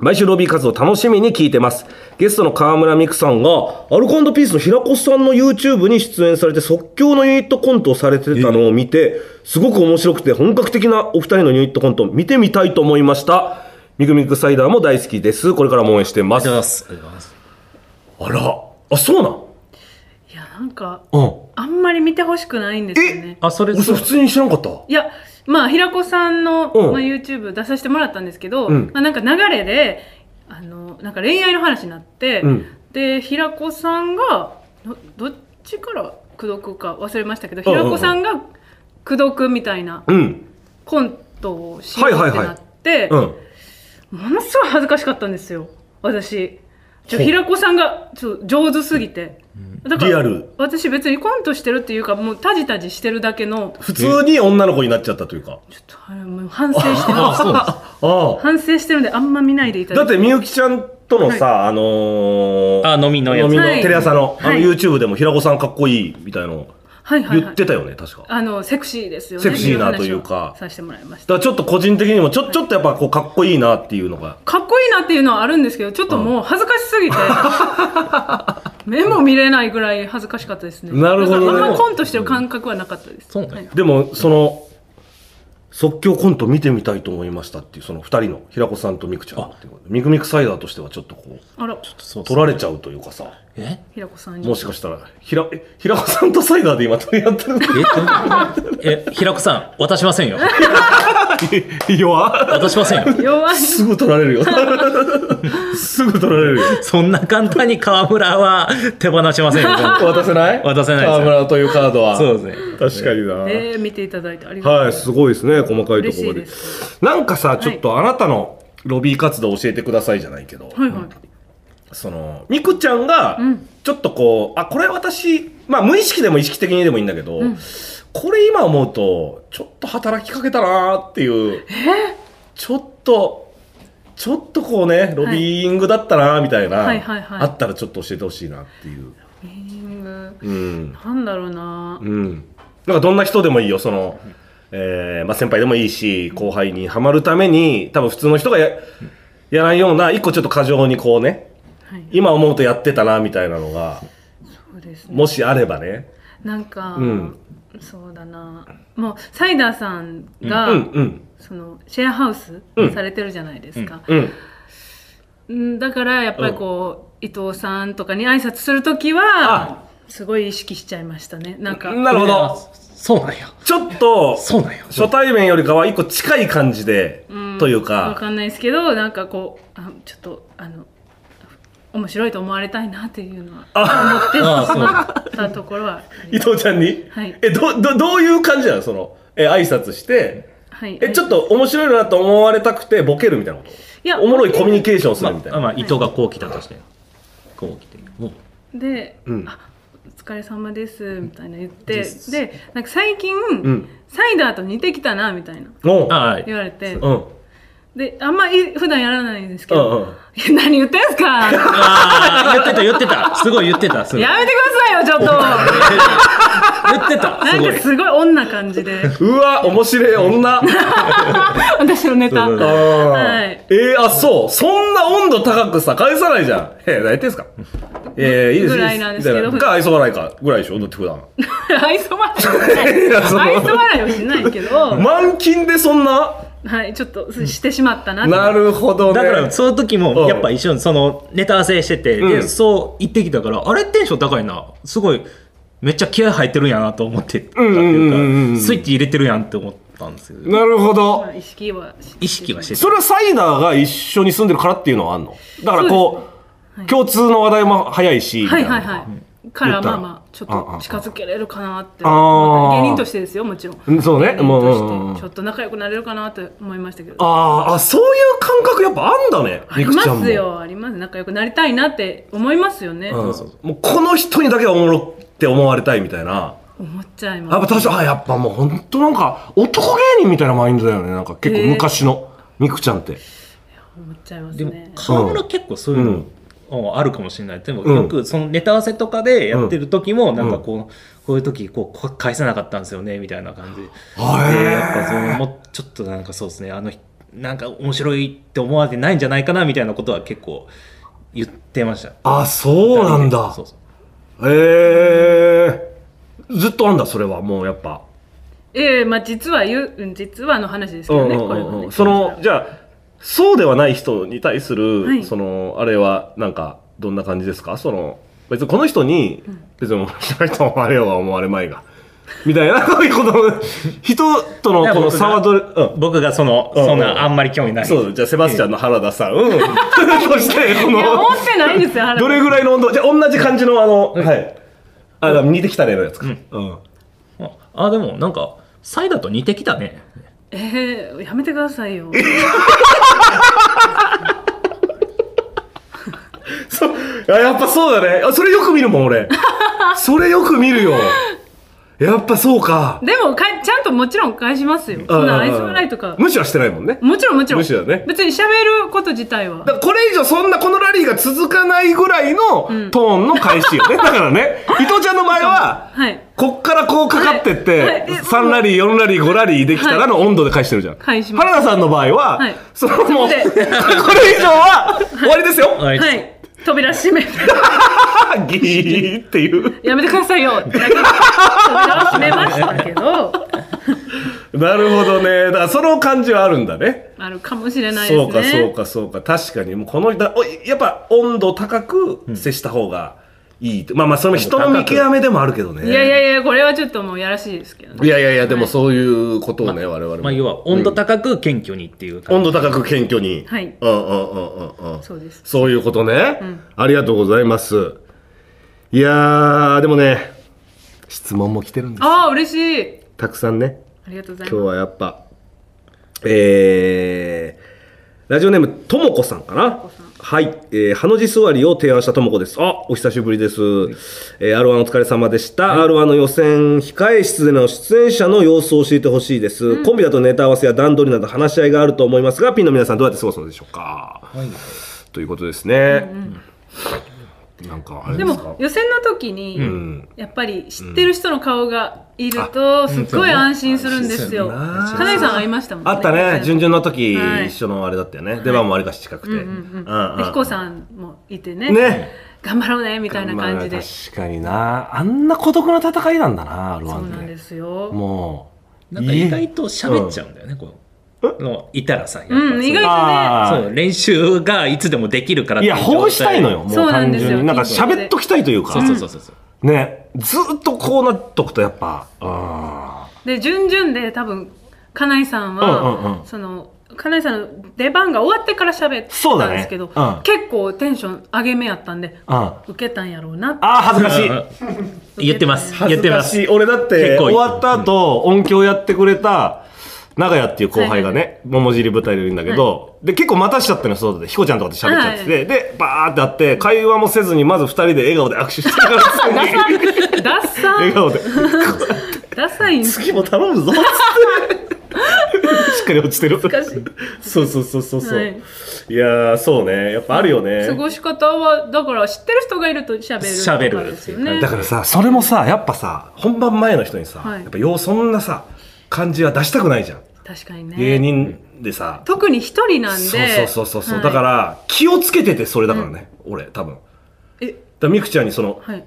Speaker 1: 毎週ロビー活動楽しみに聞いてます。ゲストの河村美久さんが、アルコピースの平子さんの YouTube に出演されて即興のユニットコントをされてたのを見て、すごく面白くて本格的なお二人のユニットコントを見てみたいと思いました。みくみくサイダーも大好きです。これからも応援してま
Speaker 2: あり
Speaker 1: す。
Speaker 2: がとうご
Speaker 1: あ
Speaker 2: ざいます
Speaker 1: ら、あ、そうない
Speaker 3: やなんか
Speaker 1: んうん。
Speaker 3: あんまり見てほしくないんですよね
Speaker 2: あそれ
Speaker 1: 俺それ普通に知らんかった。
Speaker 3: いやまあ平子さんの、
Speaker 1: うん
Speaker 3: まあ、YouTube 出させてもらったんですけど、
Speaker 1: うん
Speaker 3: まあ、なんか流れであのなんか恋愛の話になって、
Speaker 1: うん
Speaker 3: で平子さんがどどっちから口説くか忘れましたけど
Speaker 1: うんうんうん
Speaker 3: 平子さんが口説くみたいな
Speaker 1: うん
Speaker 3: コントをしようってなって
Speaker 1: うん
Speaker 3: ものすごい恥ずかしかったんですよ私ちょ平子さんがちょっと上手すぎてだ
Speaker 1: リアル
Speaker 3: 私別にコントしてるっていうかもうタジタジしてるだけの
Speaker 1: 普通に女の子になっちゃったというか
Speaker 3: ちょっとあれもう反省して
Speaker 2: あ
Speaker 3: ま
Speaker 2: あ、
Speaker 3: す
Speaker 2: そうなんです。
Speaker 1: ああ
Speaker 3: 反省してるんであんま見ないでいた
Speaker 1: だ
Speaker 3: だ
Speaker 1: っ
Speaker 3: き
Speaker 1: てみゆきちゃんとのさ、あのー、
Speaker 2: あ飲みのやつ
Speaker 1: 飲みの、
Speaker 3: はい
Speaker 1: テレ朝の、
Speaker 3: はい
Speaker 1: あの YouTube でも平子さんかっこいいみたいの
Speaker 3: はいはい
Speaker 1: 言
Speaker 3: は
Speaker 1: っ
Speaker 3: い
Speaker 1: てたよね、確か。だか
Speaker 3: あのセクシーですよね
Speaker 1: セクシーなというか
Speaker 3: て話をさせてもらいました
Speaker 1: らちょっと個人的にも、ちょ、ちょっとやっぱこう、かっこいいなっていうのが。
Speaker 3: かっこいいなっていうのはあるんですけどちょっともう恥ずかしす ぎて、目も見れないぐらい恥ずかしかったですね
Speaker 1: なるほどね
Speaker 3: だからあんまコントしてる感覚はなかったです、
Speaker 2: そうね
Speaker 3: はい
Speaker 1: でも、その、即興コント見てみたいと思いましたっていう、その二人の、平子さんとみくちゃんっていうことでミクミクサイダーとしてはちょっとこう、
Speaker 3: あら
Speaker 2: そう
Speaker 1: 取られちゃうというかさ、
Speaker 2: え
Speaker 3: 平子さんに
Speaker 1: もしかしたら、ひら、え平子さんとサイダーで今取り合ってる。
Speaker 2: え、平子さん、渡しませんよ。
Speaker 1: 弱
Speaker 2: 渡しませんよ。
Speaker 3: 弱い
Speaker 1: すぐ取られ るよ。すぐ取られるよ。
Speaker 2: そんな簡単に河村は手放しませんよ。僕
Speaker 1: 渡せない
Speaker 2: 渡せないですよ
Speaker 1: 河村というカードは。
Speaker 2: そうですね。
Speaker 1: 確かにな。
Speaker 3: ね見ていただいてありがとうござ
Speaker 1: はいい、
Speaker 3: ます
Speaker 1: すごいですね、細かいと
Speaker 3: 嬉
Speaker 1: こ
Speaker 3: し
Speaker 1: ろ
Speaker 3: い
Speaker 1: で
Speaker 3: で。す
Speaker 1: なんかさ、ちょっとあなたのロビー活動教えてくださいじゃないけど、
Speaker 3: はいはい、
Speaker 1: その、みくちゃんが
Speaker 3: うん、
Speaker 1: ちょっとこう、あ、これ私、まあ無意識でも意識的にでもいいんだけど、
Speaker 3: うん
Speaker 1: これ今思うと、ちょっと働きかけたなーっていう、ちょっと、ちょっとこうね、ロビーイングだったなーみたいな、
Speaker 3: はいはいはい
Speaker 1: あったらちょっと教えてほしいなっていう。
Speaker 3: ミーティング
Speaker 1: うん。
Speaker 3: なんだろうな、
Speaker 1: うん。なんかどんな人でもいいよ、その、えーまあ、先輩でもいいし、後輩にはまるために、多分普通の人がややらないような、一個ちょっと過剰にこうね、
Speaker 3: はい、
Speaker 1: 今思うとやってたな、みたいなのが、
Speaker 3: そうですね
Speaker 1: もしあればね。
Speaker 3: なんか、
Speaker 1: うん
Speaker 3: そうだなもうサイダーさんが、
Speaker 1: うん、うん、
Speaker 3: そのシェアハウス
Speaker 1: うん
Speaker 3: されてるじゃないですか、
Speaker 1: うん。
Speaker 3: うんだからやっぱりこう、伊藤さんとかに挨拶するときはすごい意識しちゃいましたねなんか
Speaker 1: なるほど。
Speaker 2: そうなんや。
Speaker 1: ちょっと、
Speaker 2: そうなんや。
Speaker 1: 初対面よりかは一個近い感じで、
Speaker 3: ん
Speaker 1: という
Speaker 3: わ
Speaker 1: か、
Speaker 3: かんないですけどなんかこうあちょっとあの面白いと思われたいなっていうのは
Speaker 2: ああ、そうなんや。
Speaker 3: あったところはあり
Speaker 1: 伊藤ちゃんに、
Speaker 3: はい
Speaker 1: え、ど、ど、どういう感じなのその、え、挨拶して、
Speaker 3: はい
Speaker 1: え、ちょっと面白いなと思われたくて、ボケるみたいなこと
Speaker 3: いや
Speaker 1: おもろいコミュニケーションするみたい
Speaker 2: まあ、
Speaker 1: な。
Speaker 2: まあ、伊藤がこう来たとして。こう来て。お
Speaker 3: で、
Speaker 1: うん
Speaker 3: あお疲れ様ですみたいな言って
Speaker 2: です
Speaker 3: でなんか最近、
Speaker 1: ん
Speaker 3: サイダーと似てきたなみたいな
Speaker 1: おう
Speaker 2: あはい
Speaker 3: 言われて
Speaker 1: うん。
Speaker 3: であんまり普段やらないんですけ
Speaker 1: う
Speaker 3: ど
Speaker 1: んうん
Speaker 3: 「いや何言ってんす か!」
Speaker 2: ああ、言ってた、言ってた。すごい言ってた。すごい。
Speaker 3: やめてくださいよちょっとな
Speaker 2: 言ってた。す
Speaker 3: ん
Speaker 2: ご
Speaker 3: か
Speaker 2: い。
Speaker 3: すごい女感じで
Speaker 1: うわ、面白い 女。
Speaker 3: 私のネタ
Speaker 2: そうそう
Speaker 1: あ
Speaker 2: そ
Speaker 3: は
Speaker 1: ー
Speaker 3: はい
Speaker 1: えー、あ、そう。そんな温度高くさ、返さないじゃん。えー、何言ってんすかえー、いいです
Speaker 3: ぐらいなんですけど
Speaker 1: みたいなか、愛想笑いか。ぐらいでしょだって普段。
Speaker 3: 愛想笑い
Speaker 1: いやその
Speaker 3: 愛想笑いはしないけど、
Speaker 1: 満勤でそんな
Speaker 3: はいちょっとしてしまったなって
Speaker 1: なるほどね。
Speaker 2: だから、その時
Speaker 1: うん
Speaker 2: も、やっぱ一緒に、その、ネタ合わせしてて、
Speaker 1: う
Speaker 2: で、
Speaker 1: ん
Speaker 2: そう言ってきたから、あれテンション高いな。すごい、めっちゃ気合入ってるんやなと思ってたって
Speaker 1: んうんうんうん
Speaker 2: いうか、スイッチ入れてるやんって思ったんですけど、
Speaker 1: なるほど
Speaker 3: ま。あ意識はし
Speaker 2: 意識はしてた
Speaker 1: そ。れはサイダーが一緒に住んでるからっていうのはあんのだからこう、
Speaker 3: そうですねはい
Speaker 1: 共通の話題も早いし。
Speaker 3: はい
Speaker 1: みた
Speaker 3: はい
Speaker 1: いな
Speaker 3: はい、から
Speaker 1: 言った
Speaker 3: ま
Speaker 1: ら
Speaker 3: あまあちょっ
Speaker 1: ああ
Speaker 3: と近づけれるかなって
Speaker 1: ああ
Speaker 3: 芸人としてですよもちろん
Speaker 1: うんそうね
Speaker 3: 芸人として
Speaker 1: うんうんうん
Speaker 3: ちょっと仲良くなれるかなと思いましたけど
Speaker 1: あーあ、そういう感覚やっぱあんだね。
Speaker 3: あり
Speaker 1: みく
Speaker 3: ま
Speaker 1: ちゃんも
Speaker 3: す。よあります仲良くなりたいなって思いますよね、
Speaker 1: うんもうこの人にだけはおもろって思われたいみたいな。
Speaker 3: 思っちゃい
Speaker 1: やっ
Speaker 3: ま
Speaker 1: ぱ確かあやっぱもう本当なんか男芸人みたいなマインドだよねなんか結構
Speaker 3: へえ
Speaker 1: 昔のみくちゃんって
Speaker 3: す思っちゃいます
Speaker 2: でも
Speaker 3: ね
Speaker 2: 河村結構そういうの、うんあるかもしれないでも
Speaker 1: うん
Speaker 2: よくそのネタ合わせとかでやってる時もなんかこう、こういう時こうこ返せなかったんですよねみたいな感じで
Speaker 1: あへえ
Speaker 2: やっぱそのもうちょっとなんかそうですねあのなんか面白いって思われてないんじゃないかなみたいなことは結構言ってました
Speaker 1: あそうなんだ
Speaker 2: そうそう
Speaker 1: へえずっとあんだそれはもうやっぱ
Speaker 3: ええまあ実は言ううん実はの話ですけ
Speaker 1: う
Speaker 3: ど
Speaker 1: んう
Speaker 3: ね
Speaker 1: ん
Speaker 3: これ
Speaker 1: う
Speaker 3: は
Speaker 1: んう
Speaker 3: ね
Speaker 1: んそのじゃあそうではない人に対する、
Speaker 3: はい
Speaker 1: そのあれはなんかどんな感じですかその別にこの人に、別に面白いと思われようが思われまいがみたいな、こういうこと、人とのこの差はどれ、うん。
Speaker 2: 僕がその、
Speaker 1: うん
Speaker 2: そんなあんまり興味ない。
Speaker 1: そう、じゃあセバスチャンの原田さん、うん。そして、こ
Speaker 3: いや
Speaker 1: の、
Speaker 3: 思ってないんですよ原田
Speaker 1: どれぐらいの温度、じゃあ同じ感じの、あの、はい。あ、だから似てきたねのやつか。うん。
Speaker 2: あ、でもなんか、サイだと似てきたね。
Speaker 3: えー、やめてくださいよ
Speaker 1: そうあやっぱそうだねあそれよく見るもん 俺それよく見るよやっぱそうか
Speaker 3: でもかちゃんともちろん返しますよそんな愛想笑いとか
Speaker 1: 無視はしてないもんね
Speaker 3: もちろんもちろん
Speaker 1: 無視だね
Speaker 3: 別に喋ること自体は
Speaker 1: だからこれ以上そんなこのラリーが続かないぐらいのトーンの返しよ ね、だからね伊藤ちゃんの場合は
Speaker 3: はい
Speaker 1: こっからこうかかってって、
Speaker 3: はいはいえ
Speaker 1: 3ラリー4ラリー5ラリーできたらの温度で返してるじゃん、
Speaker 3: 返します
Speaker 1: 原田さんの場合は、
Speaker 3: はい
Speaker 1: そのもう これ
Speaker 3: で
Speaker 1: 以上は終わりですよ、
Speaker 2: はい
Speaker 3: はい扉閉めて
Speaker 1: ギーって いう
Speaker 3: やめてくださいよってだけで扉を閉めましたけど
Speaker 1: なるほどねだからその感じはあるんだね
Speaker 3: あるかもしれないですね
Speaker 1: そうかそうかそうか確かにもうこのだおやっぱ温度高く接した方がいいと、まあまあそれも人の見極めでもあるけどね
Speaker 3: いやいやいやこれはちょっともうやらしいですけど
Speaker 1: い
Speaker 3: ね
Speaker 1: やいやいやでもそういうことをね、我々も、
Speaker 2: まあ要は、温度高く謙虚にっていう感
Speaker 1: 温
Speaker 2: じ。
Speaker 1: 度高く謙虚に
Speaker 3: はい
Speaker 1: うんうんうんうんうん
Speaker 3: そうです
Speaker 1: そういうことね、
Speaker 3: ん
Speaker 1: ありがとうございますいやーでもね質問も来てるんです
Speaker 3: ああ嬉しい
Speaker 1: たくさんね
Speaker 3: ありがとうござい
Speaker 1: 今日
Speaker 3: ま
Speaker 1: はやっぱえー、ラジオネームともこさんかな
Speaker 3: さん
Speaker 1: はい、えー、ハの字座りを提案したともこですあお久しぶりです、えー、R1 お疲れ様でした、R1 の予選控え室での出演者の様子を教えてほしいです、コンビだとネタ合わせや段取りなど話し合いがあると思いますがピンの皆さんどうやって過ごすのでしょうか、ということですね、なんかあれ
Speaker 3: すで
Speaker 1: ですか
Speaker 3: も予選の時に、
Speaker 1: うん
Speaker 3: やっぱり知ってる人の顔がいるとすっごい安心するんですよ。
Speaker 1: うんそうね
Speaker 3: 金井さん会いましたもんね。
Speaker 1: あったね準々の時、
Speaker 3: はい
Speaker 1: 一緒のあれだったよね出番もあれかし近くて、
Speaker 3: うんうんうん。で彦さんもいてね。
Speaker 1: ね
Speaker 3: 頑張ろうねみたいな感じで。
Speaker 1: まあ
Speaker 3: そ
Speaker 1: 確かになあんな孤独な戦いなんだな R1 って
Speaker 3: うなんですよ。
Speaker 1: もう
Speaker 2: なんか意外と喋っちゃうんだよね、こう。のいたらさ、やっぱ
Speaker 3: うん意外と
Speaker 1: あー
Speaker 2: そう、練習がいつでもできるからっ
Speaker 1: い
Speaker 2: て
Speaker 1: や
Speaker 2: う
Speaker 1: ほぐしたいのよもう
Speaker 3: そうなん
Speaker 1: 単
Speaker 3: ですよ
Speaker 1: 純になんか
Speaker 3: 緊張して
Speaker 1: 喋っときたいというか
Speaker 2: そうそうそうそうそう。
Speaker 1: ねずっとこうなっとくとやっぱあ
Speaker 3: で準々で多分金井さ
Speaker 1: うん
Speaker 3: ん
Speaker 1: うんう
Speaker 3: は
Speaker 1: ん
Speaker 3: その金井さんの出番が終わってから喋って
Speaker 1: そう
Speaker 3: た
Speaker 1: だ
Speaker 3: ん
Speaker 1: ね
Speaker 3: ですけど
Speaker 1: うん、
Speaker 3: 結構テンション上げ目やったんで
Speaker 1: ーあ
Speaker 3: 受けたんやろうなって。
Speaker 1: あー恥ずかしい
Speaker 2: 言ってます。
Speaker 1: 恥ず
Speaker 2: 言って
Speaker 1: か
Speaker 2: ま
Speaker 1: しい
Speaker 2: す。
Speaker 1: 俺だって
Speaker 2: 結構
Speaker 1: 終
Speaker 2: いい
Speaker 1: わった後、音響やってくれた長屋っていう後輩がね、桃尻舞台でいるんだけど、で結構待たしちゃったのよそうで彦ちゃんとかと喋っちゃってて、
Speaker 3: は
Speaker 1: でバーってあって会話もせずにまず2人で笑顔で握手してから
Speaker 3: ダッサ
Speaker 1: 笑
Speaker 3: ー
Speaker 1: 顔で
Speaker 3: ダサいんです
Speaker 1: 次も頼むぞっつってしっかり落ちてる
Speaker 3: かしい
Speaker 1: そうそうそうそうそう、
Speaker 3: はいい、
Speaker 1: やーそうねやっぱあるよね
Speaker 3: 過ごし方はだから知ってる人がいると喋る
Speaker 2: 喋る
Speaker 3: とかですよね
Speaker 1: だからさそれもさやっぱさ本番前の人にさ、
Speaker 3: はい
Speaker 1: やっぱようそんなさ感じは出したくないじゃん、
Speaker 3: 確かにね
Speaker 1: 芸人でさ
Speaker 3: 特に一人なんで
Speaker 1: そうそうそうそう、
Speaker 3: はい
Speaker 1: だから気をつけててそれだからね、俺多分だか
Speaker 3: え
Speaker 1: らみくちゃんにその
Speaker 3: はい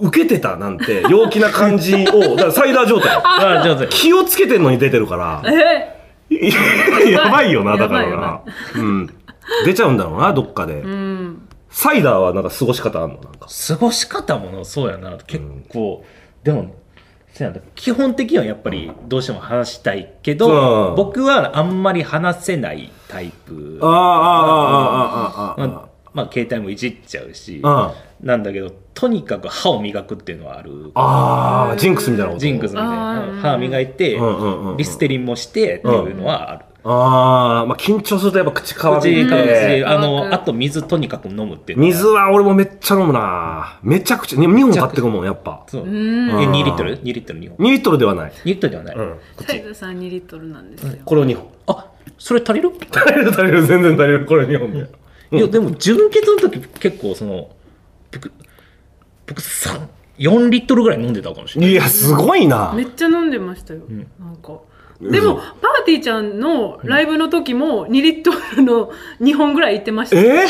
Speaker 1: 受けてたなんて陽気な感じをだからサイダー 状態
Speaker 2: あ、上手。
Speaker 1: 気をつけてんのに出てるから
Speaker 3: え
Speaker 1: いややばいよな、
Speaker 3: や
Speaker 1: だか
Speaker 3: ばい
Speaker 1: らな。うん。出ちゃうんだろうな、どっかで。
Speaker 3: うん
Speaker 1: サイダーはなんか過ごし方あんのなんか。
Speaker 2: 過ごし方もなそうやな結構、でもせやな基本的にはやっぱりどうしても話したいけど、
Speaker 1: うん
Speaker 2: 僕はあんまり話せないタイプ
Speaker 1: ああ、ああ、ああ、あ
Speaker 2: まあ、まあ携帯もいじっちゃうし、
Speaker 1: あ。
Speaker 2: なんだけどとにかく歯を磨くっていうのはある
Speaker 1: ああ、ジンクスみたいなこと。
Speaker 2: ジンクスみたいな
Speaker 3: あー
Speaker 2: うん歯磨いて、
Speaker 1: うんうんうんうん
Speaker 2: リステリンもしてっていうのはある、
Speaker 1: ああ、まあ緊張するとやっぱ口乾く
Speaker 2: 口乾くし
Speaker 1: ね。
Speaker 2: あ
Speaker 3: 乾
Speaker 2: の
Speaker 3: く
Speaker 2: あと水とにかく飲むっていうのは
Speaker 1: 水は俺もめっちゃ飲むな。めちゃくちゃ。2本買ってくもん、やっぱ。
Speaker 2: そう
Speaker 3: う
Speaker 2: え
Speaker 3: ん
Speaker 1: うん
Speaker 2: 2リットル2リットル2本
Speaker 1: 2リットルではない。
Speaker 2: 2リットルではない、
Speaker 1: うん。
Speaker 3: サイズさん2リットルなんですよ
Speaker 1: これを2本。
Speaker 2: あそれ足りる
Speaker 1: 足りる足りる、全然足りる。これ2本で。
Speaker 2: いやでも純血の時結構その僕僕3 4リットルぐらい飲んでたかもしれない
Speaker 1: いや、すごいな
Speaker 3: め。っちゃ飲んでましたよなんかでもパーティーちゃんのライブの時も2リットルの2本ぐらい行ってました
Speaker 1: えー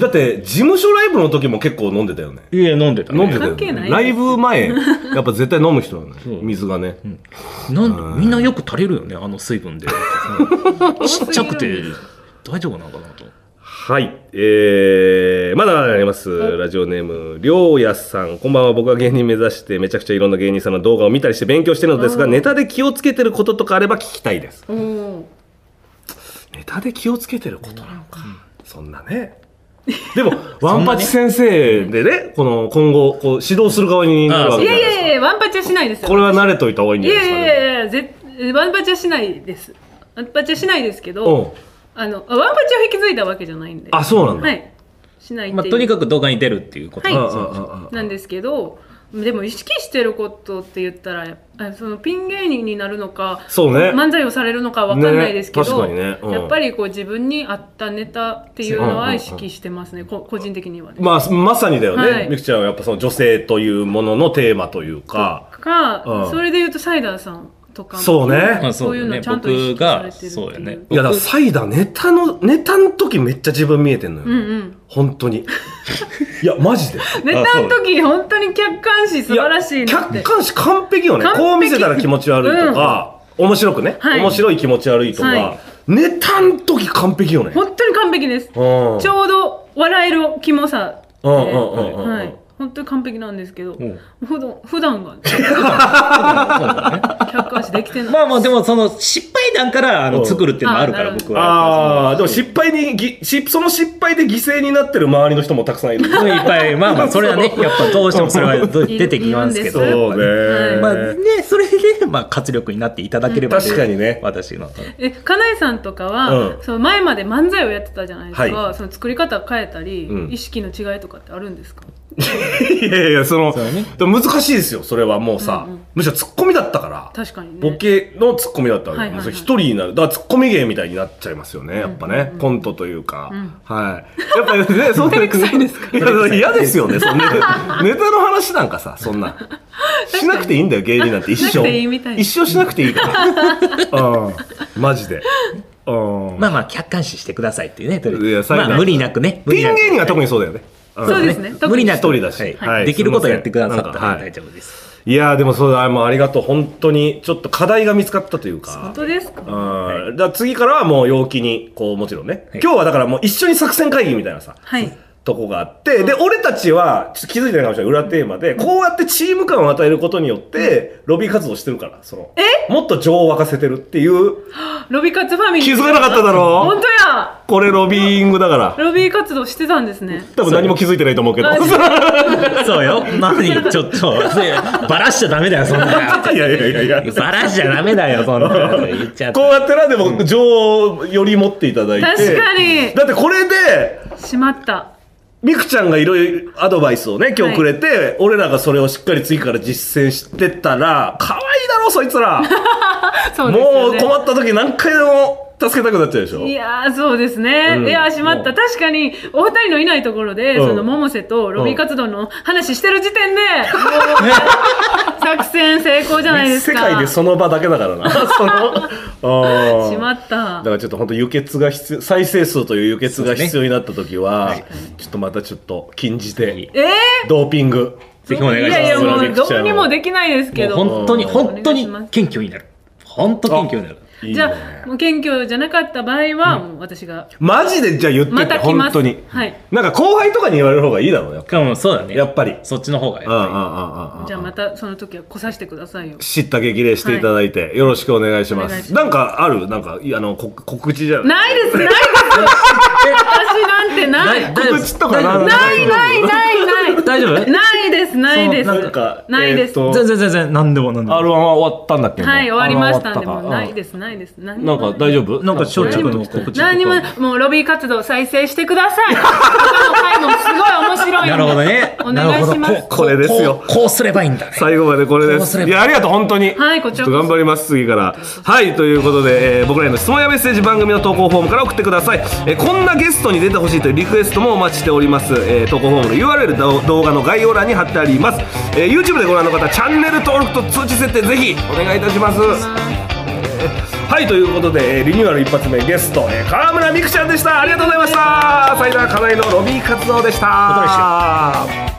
Speaker 1: だって、事務所ライブの時も結構飲んでたよね。
Speaker 2: いや飲んでた、
Speaker 1: 飲んでた
Speaker 2: た
Speaker 1: よ
Speaker 3: 関係な
Speaker 1: ね
Speaker 3: い
Speaker 1: ライブ 前やっぱ絶対飲む人だね
Speaker 2: そう
Speaker 1: 水がね、
Speaker 2: なんみんなよ く足りるよねあの水分でちっちゃくて大丈夫なのかなと
Speaker 1: はい。えー、まだまだあります。ラジオネーム、りょうやさん。こんばんは。僕は芸人目指して、めちゃくちゃいろんな芸人さんの動画を見たりして勉強してるのですが、ネタで気をつけてることとかあれば聞きたいです。
Speaker 3: うん
Speaker 1: ネタで気をつけてることなのか。そんなね。で も、ワンパチ先生でね、この、今後、こう、指導する側になるわ
Speaker 2: うん
Speaker 1: け
Speaker 3: い
Speaker 1: じゃ
Speaker 3: や
Speaker 1: ないいです
Speaker 3: やいやワンパチはしないです
Speaker 1: か。
Speaker 3: よ
Speaker 1: これは慣れといた方がいいん
Speaker 3: い
Speaker 1: じゃない
Speaker 3: や
Speaker 1: ですか、
Speaker 3: い
Speaker 1: ね。
Speaker 3: やいやぜワンパチはしないですワンパチはしないですけ
Speaker 1: う
Speaker 3: ど
Speaker 1: ん。
Speaker 3: あのワンパチを引き継いだわけじゃないんで
Speaker 1: あ、そうなんだ。
Speaker 3: はいしないっていう、
Speaker 2: まあ、とにかく動画に出るっていうこと、
Speaker 3: は
Speaker 1: う
Speaker 3: い
Speaker 1: んうんうんうん
Speaker 3: なんですけどでも意識してることって言ったらあそのピン芸人になるのか
Speaker 1: そうね。
Speaker 3: 漫才をされるのかわかんないですけ
Speaker 1: ね確
Speaker 3: ど、
Speaker 1: かにねうん
Speaker 3: やっぱりこう自分に合ったネタっていうのは意識してますね、こ個人的にはね。
Speaker 1: まあ、まさにだよね、
Speaker 3: はい
Speaker 1: みくちゃんはやっぱその女性というもののテーマというか、
Speaker 3: か、
Speaker 1: うん
Speaker 3: それで言うとサイダーさんとかも
Speaker 1: そうね
Speaker 2: まあ、
Speaker 3: そ
Speaker 2: そうう
Speaker 3: い
Speaker 2: だよ
Speaker 3: うの
Speaker 2: ね
Speaker 3: ちゃんと意識
Speaker 2: 僕
Speaker 3: され
Speaker 2: が
Speaker 3: てるっていう
Speaker 2: そうやね
Speaker 1: いやだからサイダーネタのネタの時めっちゃ自分見えてんのよ、
Speaker 3: うんうん、
Speaker 1: 本当 にいやマジで
Speaker 3: ネタの時本当に客観視素晴らしいなって
Speaker 1: 客観視完璧よね
Speaker 3: 完璧
Speaker 1: こう見せたら気持ち悪いとか、面白くね、
Speaker 3: はい
Speaker 1: 面白い気持ち悪いとか、
Speaker 3: はい
Speaker 1: ネタの時完璧よね
Speaker 3: 本当に完璧です、
Speaker 1: うん
Speaker 3: ちょうど笑えるキモさ
Speaker 1: う
Speaker 3: で、
Speaker 1: んうんうんうんうん
Speaker 3: はい、本当に完璧なんですけど、
Speaker 2: ん
Speaker 3: 普段普 段が客観視できてない、
Speaker 2: まあまあでもその失敗談からあ
Speaker 1: うん
Speaker 2: の作るっていうのはあるから
Speaker 3: あ
Speaker 2: 僕は
Speaker 1: ああでも失敗にぎしその失敗で犠牲になってる周りの人もたくさ んいる
Speaker 2: うんいっぱいまあまあそれはねやっぱどうしてもそれは出てきますけど
Speaker 1: そうね、
Speaker 3: はい
Speaker 2: まあねそれでまあ活力になっていただければ
Speaker 1: 確かにね
Speaker 2: 私の
Speaker 3: え金井さんとかは、
Speaker 1: うん
Speaker 3: その前まで漫才をやってたじゃないですか、
Speaker 1: は
Speaker 3: その作り方変えたり、
Speaker 1: うん
Speaker 3: 意識の違いとかってあるんですか
Speaker 1: いやいや、その、
Speaker 2: そうね
Speaker 1: でも難しいですよ、それはもうさ。
Speaker 3: うんうん
Speaker 1: むしろツッコミだったから。
Speaker 3: 確かにね
Speaker 1: ボケのツッコミだったわけ
Speaker 3: はい
Speaker 1: で
Speaker 3: はい
Speaker 1: も
Speaker 3: は
Speaker 1: う
Speaker 3: い
Speaker 1: それ一人になる。だからツッコミ芸みたいになっちゃいますよね、やっぱね。コントというか。はい。やっぱり ね、そんな。臭いですか嫌ですよね、そんな。ネタの話なんかさ、そんな。しなくていいんだよ、芸人なんて一
Speaker 3: しなく
Speaker 1: 生
Speaker 3: ていいみたい。な
Speaker 1: 一生しなくていい から。うん。マジで。うん。
Speaker 2: まあまあ客観視してくださいっていうねとりあえず
Speaker 1: いや最後
Speaker 2: まあ無理なくね無
Speaker 1: ピ
Speaker 2: 理な
Speaker 1: ン
Speaker 2: く
Speaker 1: 芸人は特にそうだよね。ん
Speaker 3: そうですね特に
Speaker 2: 無理なく
Speaker 1: 一人だし
Speaker 2: はい
Speaker 1: はい
Speaker 2: できることをやってくださっ
Speaker 1: すい
Speaker 2: た
Speaker 1: ませんなんか
Speaker 2: ら
Speaker 1: はい
Speaker 2: 大丈夫です
Speaker 1: いやーでもそうだ、もうありがとう。本当に、ちょっと課題が見つかったというか。
Speaker 3: 本当ですか、
Speaker 1: うん。だから次からはもう陽気に、こう、もちろんね。
Speaker 2: はい
Speaker 1: 今日はだからもう一緒に作戦会議みたいなさ、
Speaker 3: はい
Speaker 1: とこがあって、で、俺たちは、ちょっと気づいてないかもしれない、裏テーマで、こうやってチーム感を与えることによって、ロビー活動してるから、その、もっと情を沸かせてるっていう、
Speaker 3: ロビカツファミリー
Speaker 1: 気づかなかっただろ
Speaker 3: 本当や
Speaker 1: これロビーイングだから。
Speaker 3: ロビー活動してたんですね
Speaker 1: 多分何も気づいてないと思うけど。
Speaker 3: あ
Speaker 2: そうよ何ちょっとそれバラしちゃダメだよそんな
Speaker 1: いやいやいやいや。
Speaker 2: バラしちゃダメだよそんな言っちゃって
Speaker 1: こうやってな、でも、情をより持っていただいて。
Speaker 3: 確かに
Speaker 1: だってこれで、
Speaker 3: しまった
Speaker 1: みくちゃんがいろいろアドバイスをね、今日くれて、俺らがそれをしっかり次から実践してったら、可愛いだろ、そいつら。
Speaker 3: そうです
Speaker 1: も
Speaker 3: よ
Speaker 1: う
Speaker 3: ね
Speaker 1: 困った時何回でも助けたくなっちゃうでしょ
Speaker 3: いやーそうですね、
Speaker 1: うん
Speaker 3: いやーしまった確かにお二人のいないところで、
Speaker 1: うん
Speaker 3: その百瀬とロビー活動の話してる時点で、もう作戦成功じゃないです
Speaker 1: 世
Speaker 3: か
Speaker 1: 界でその場だけだから な。その、うん
Speaker 3: しまった
Speaker 1: だからちょっと本当輸血が必要、再生数という輸血が必要になった時は、ちょっとまたちょっと禁じて、
Speaker 3: え
Speaker 1: ドーピング。
Speaker 3: ー、
Speaker 2: ぜひお願いします
Speaker 3: いやいやも
Speaker 1: それは
Speaker 3: う
Speaker 1: できちゃう
Speaker 3: どうにもできないですけど
Speaker 2: もう本当に
Speaker 1: うん
Speaker 2: 本当に
Speaker 3: お願いします
Speaker 2: 謙虚になる本当謙虚になる
Speaker 1: いいね
Speaker 3: じゃあもう謙虚じゃなかった場合は、もう私が
Speaker 1: マジでじゃあ言って
Speaker 3: ま
Speaker 1: って、
Speaker 3: た来ま
Speaker 1: 本
Speaker 3: す
Speaker 1: 当に。
Speaker 3: はい
Speaker 1: なんか後輩とかに言われる方がいいだろうよ。
Speaker 2: かもそうだね
Speaker 1: やっぱり
Speaker 2: そっちの方がやっ
Speaker 1: うんうんうん
Speaker 2: ぱ
Speaker 1: うんうん。
Speaker 3: じゃあまたその時は来させてくださいよ
Speaker 1: 知った激励していただいて、よろしくお願いしま
Speaker 3: お願い
Speaker 1: す。
Speaker 3: します
Speaker 1: なんかあるなんか、いあの、こ告知じゃない
Speaker 3: ないですないです私なんてない
Speaker 2: り
Speaker 1: 告知とか
Speaker 2: 大丈夫
Speaker 3: ないないないない
Speaker 2: 大丈夫
Speaker 3: ないですないです
Speaker 1: そのなんか
Speaker 3: ないです、
Speaker 1: えーと
Speaker 2: 全然全然何でも何で
Speaker 1: R1
Speaker 2: も
Speaker 1: は終わったんだっけ
Speaker 3: はい終わりましたんで
Speaker 1: あの
Speaker 3: もうない
Speaker 1: 終
Speaker 3: ですないですな
Speaker 1: わったかうんなんか大丈夫
Speaker 2: なんかちょっと
Speaker 1: 何も
Speaker 2: 告知とか
Speaker 3: 何にももうロビー活動再生してください他の回もすごい面白いんで
Speaker 2: なるほどね
Speaker 3: お願いしま
Speaker 2: な
Speaker 3: す
Speaker 2: るほど
Speaker 1: これですよ
Speaker 2: こうこうこうすればいいんだね
Speaker 1: 最後までこれで
Speaker 2: こうす
Speaker 1: す。
Speaker 2: れ
Speaker 1: い
Speaker 2: ば
Speaker 1: や、ありがとう、本当に。
Speaker 3: はいこちら
Speaker 1: ょっと
Speaker 3: こそ
Speaker 1: 頑張ります、次から。はい、ということで、えー僕らへの質問やメッセージ番組の投稿フォームから送ってください。えーこんなゲストに出てほしいというリクエストもお待ちしております。えー投稿フォームの URL ど動画の概要欄に貼ってあります。えー YouTube でご覧の方、チャンネル登録と通知設定ぜひお願いいたします。はい、ということで、えーリニューアル一発目ゲスト、えー川村美空ちゃんでした。ありがとうございました。サイダー課題のロビー活動でした。
Speaker 2: お疲れ様でし
Speaker 1: した。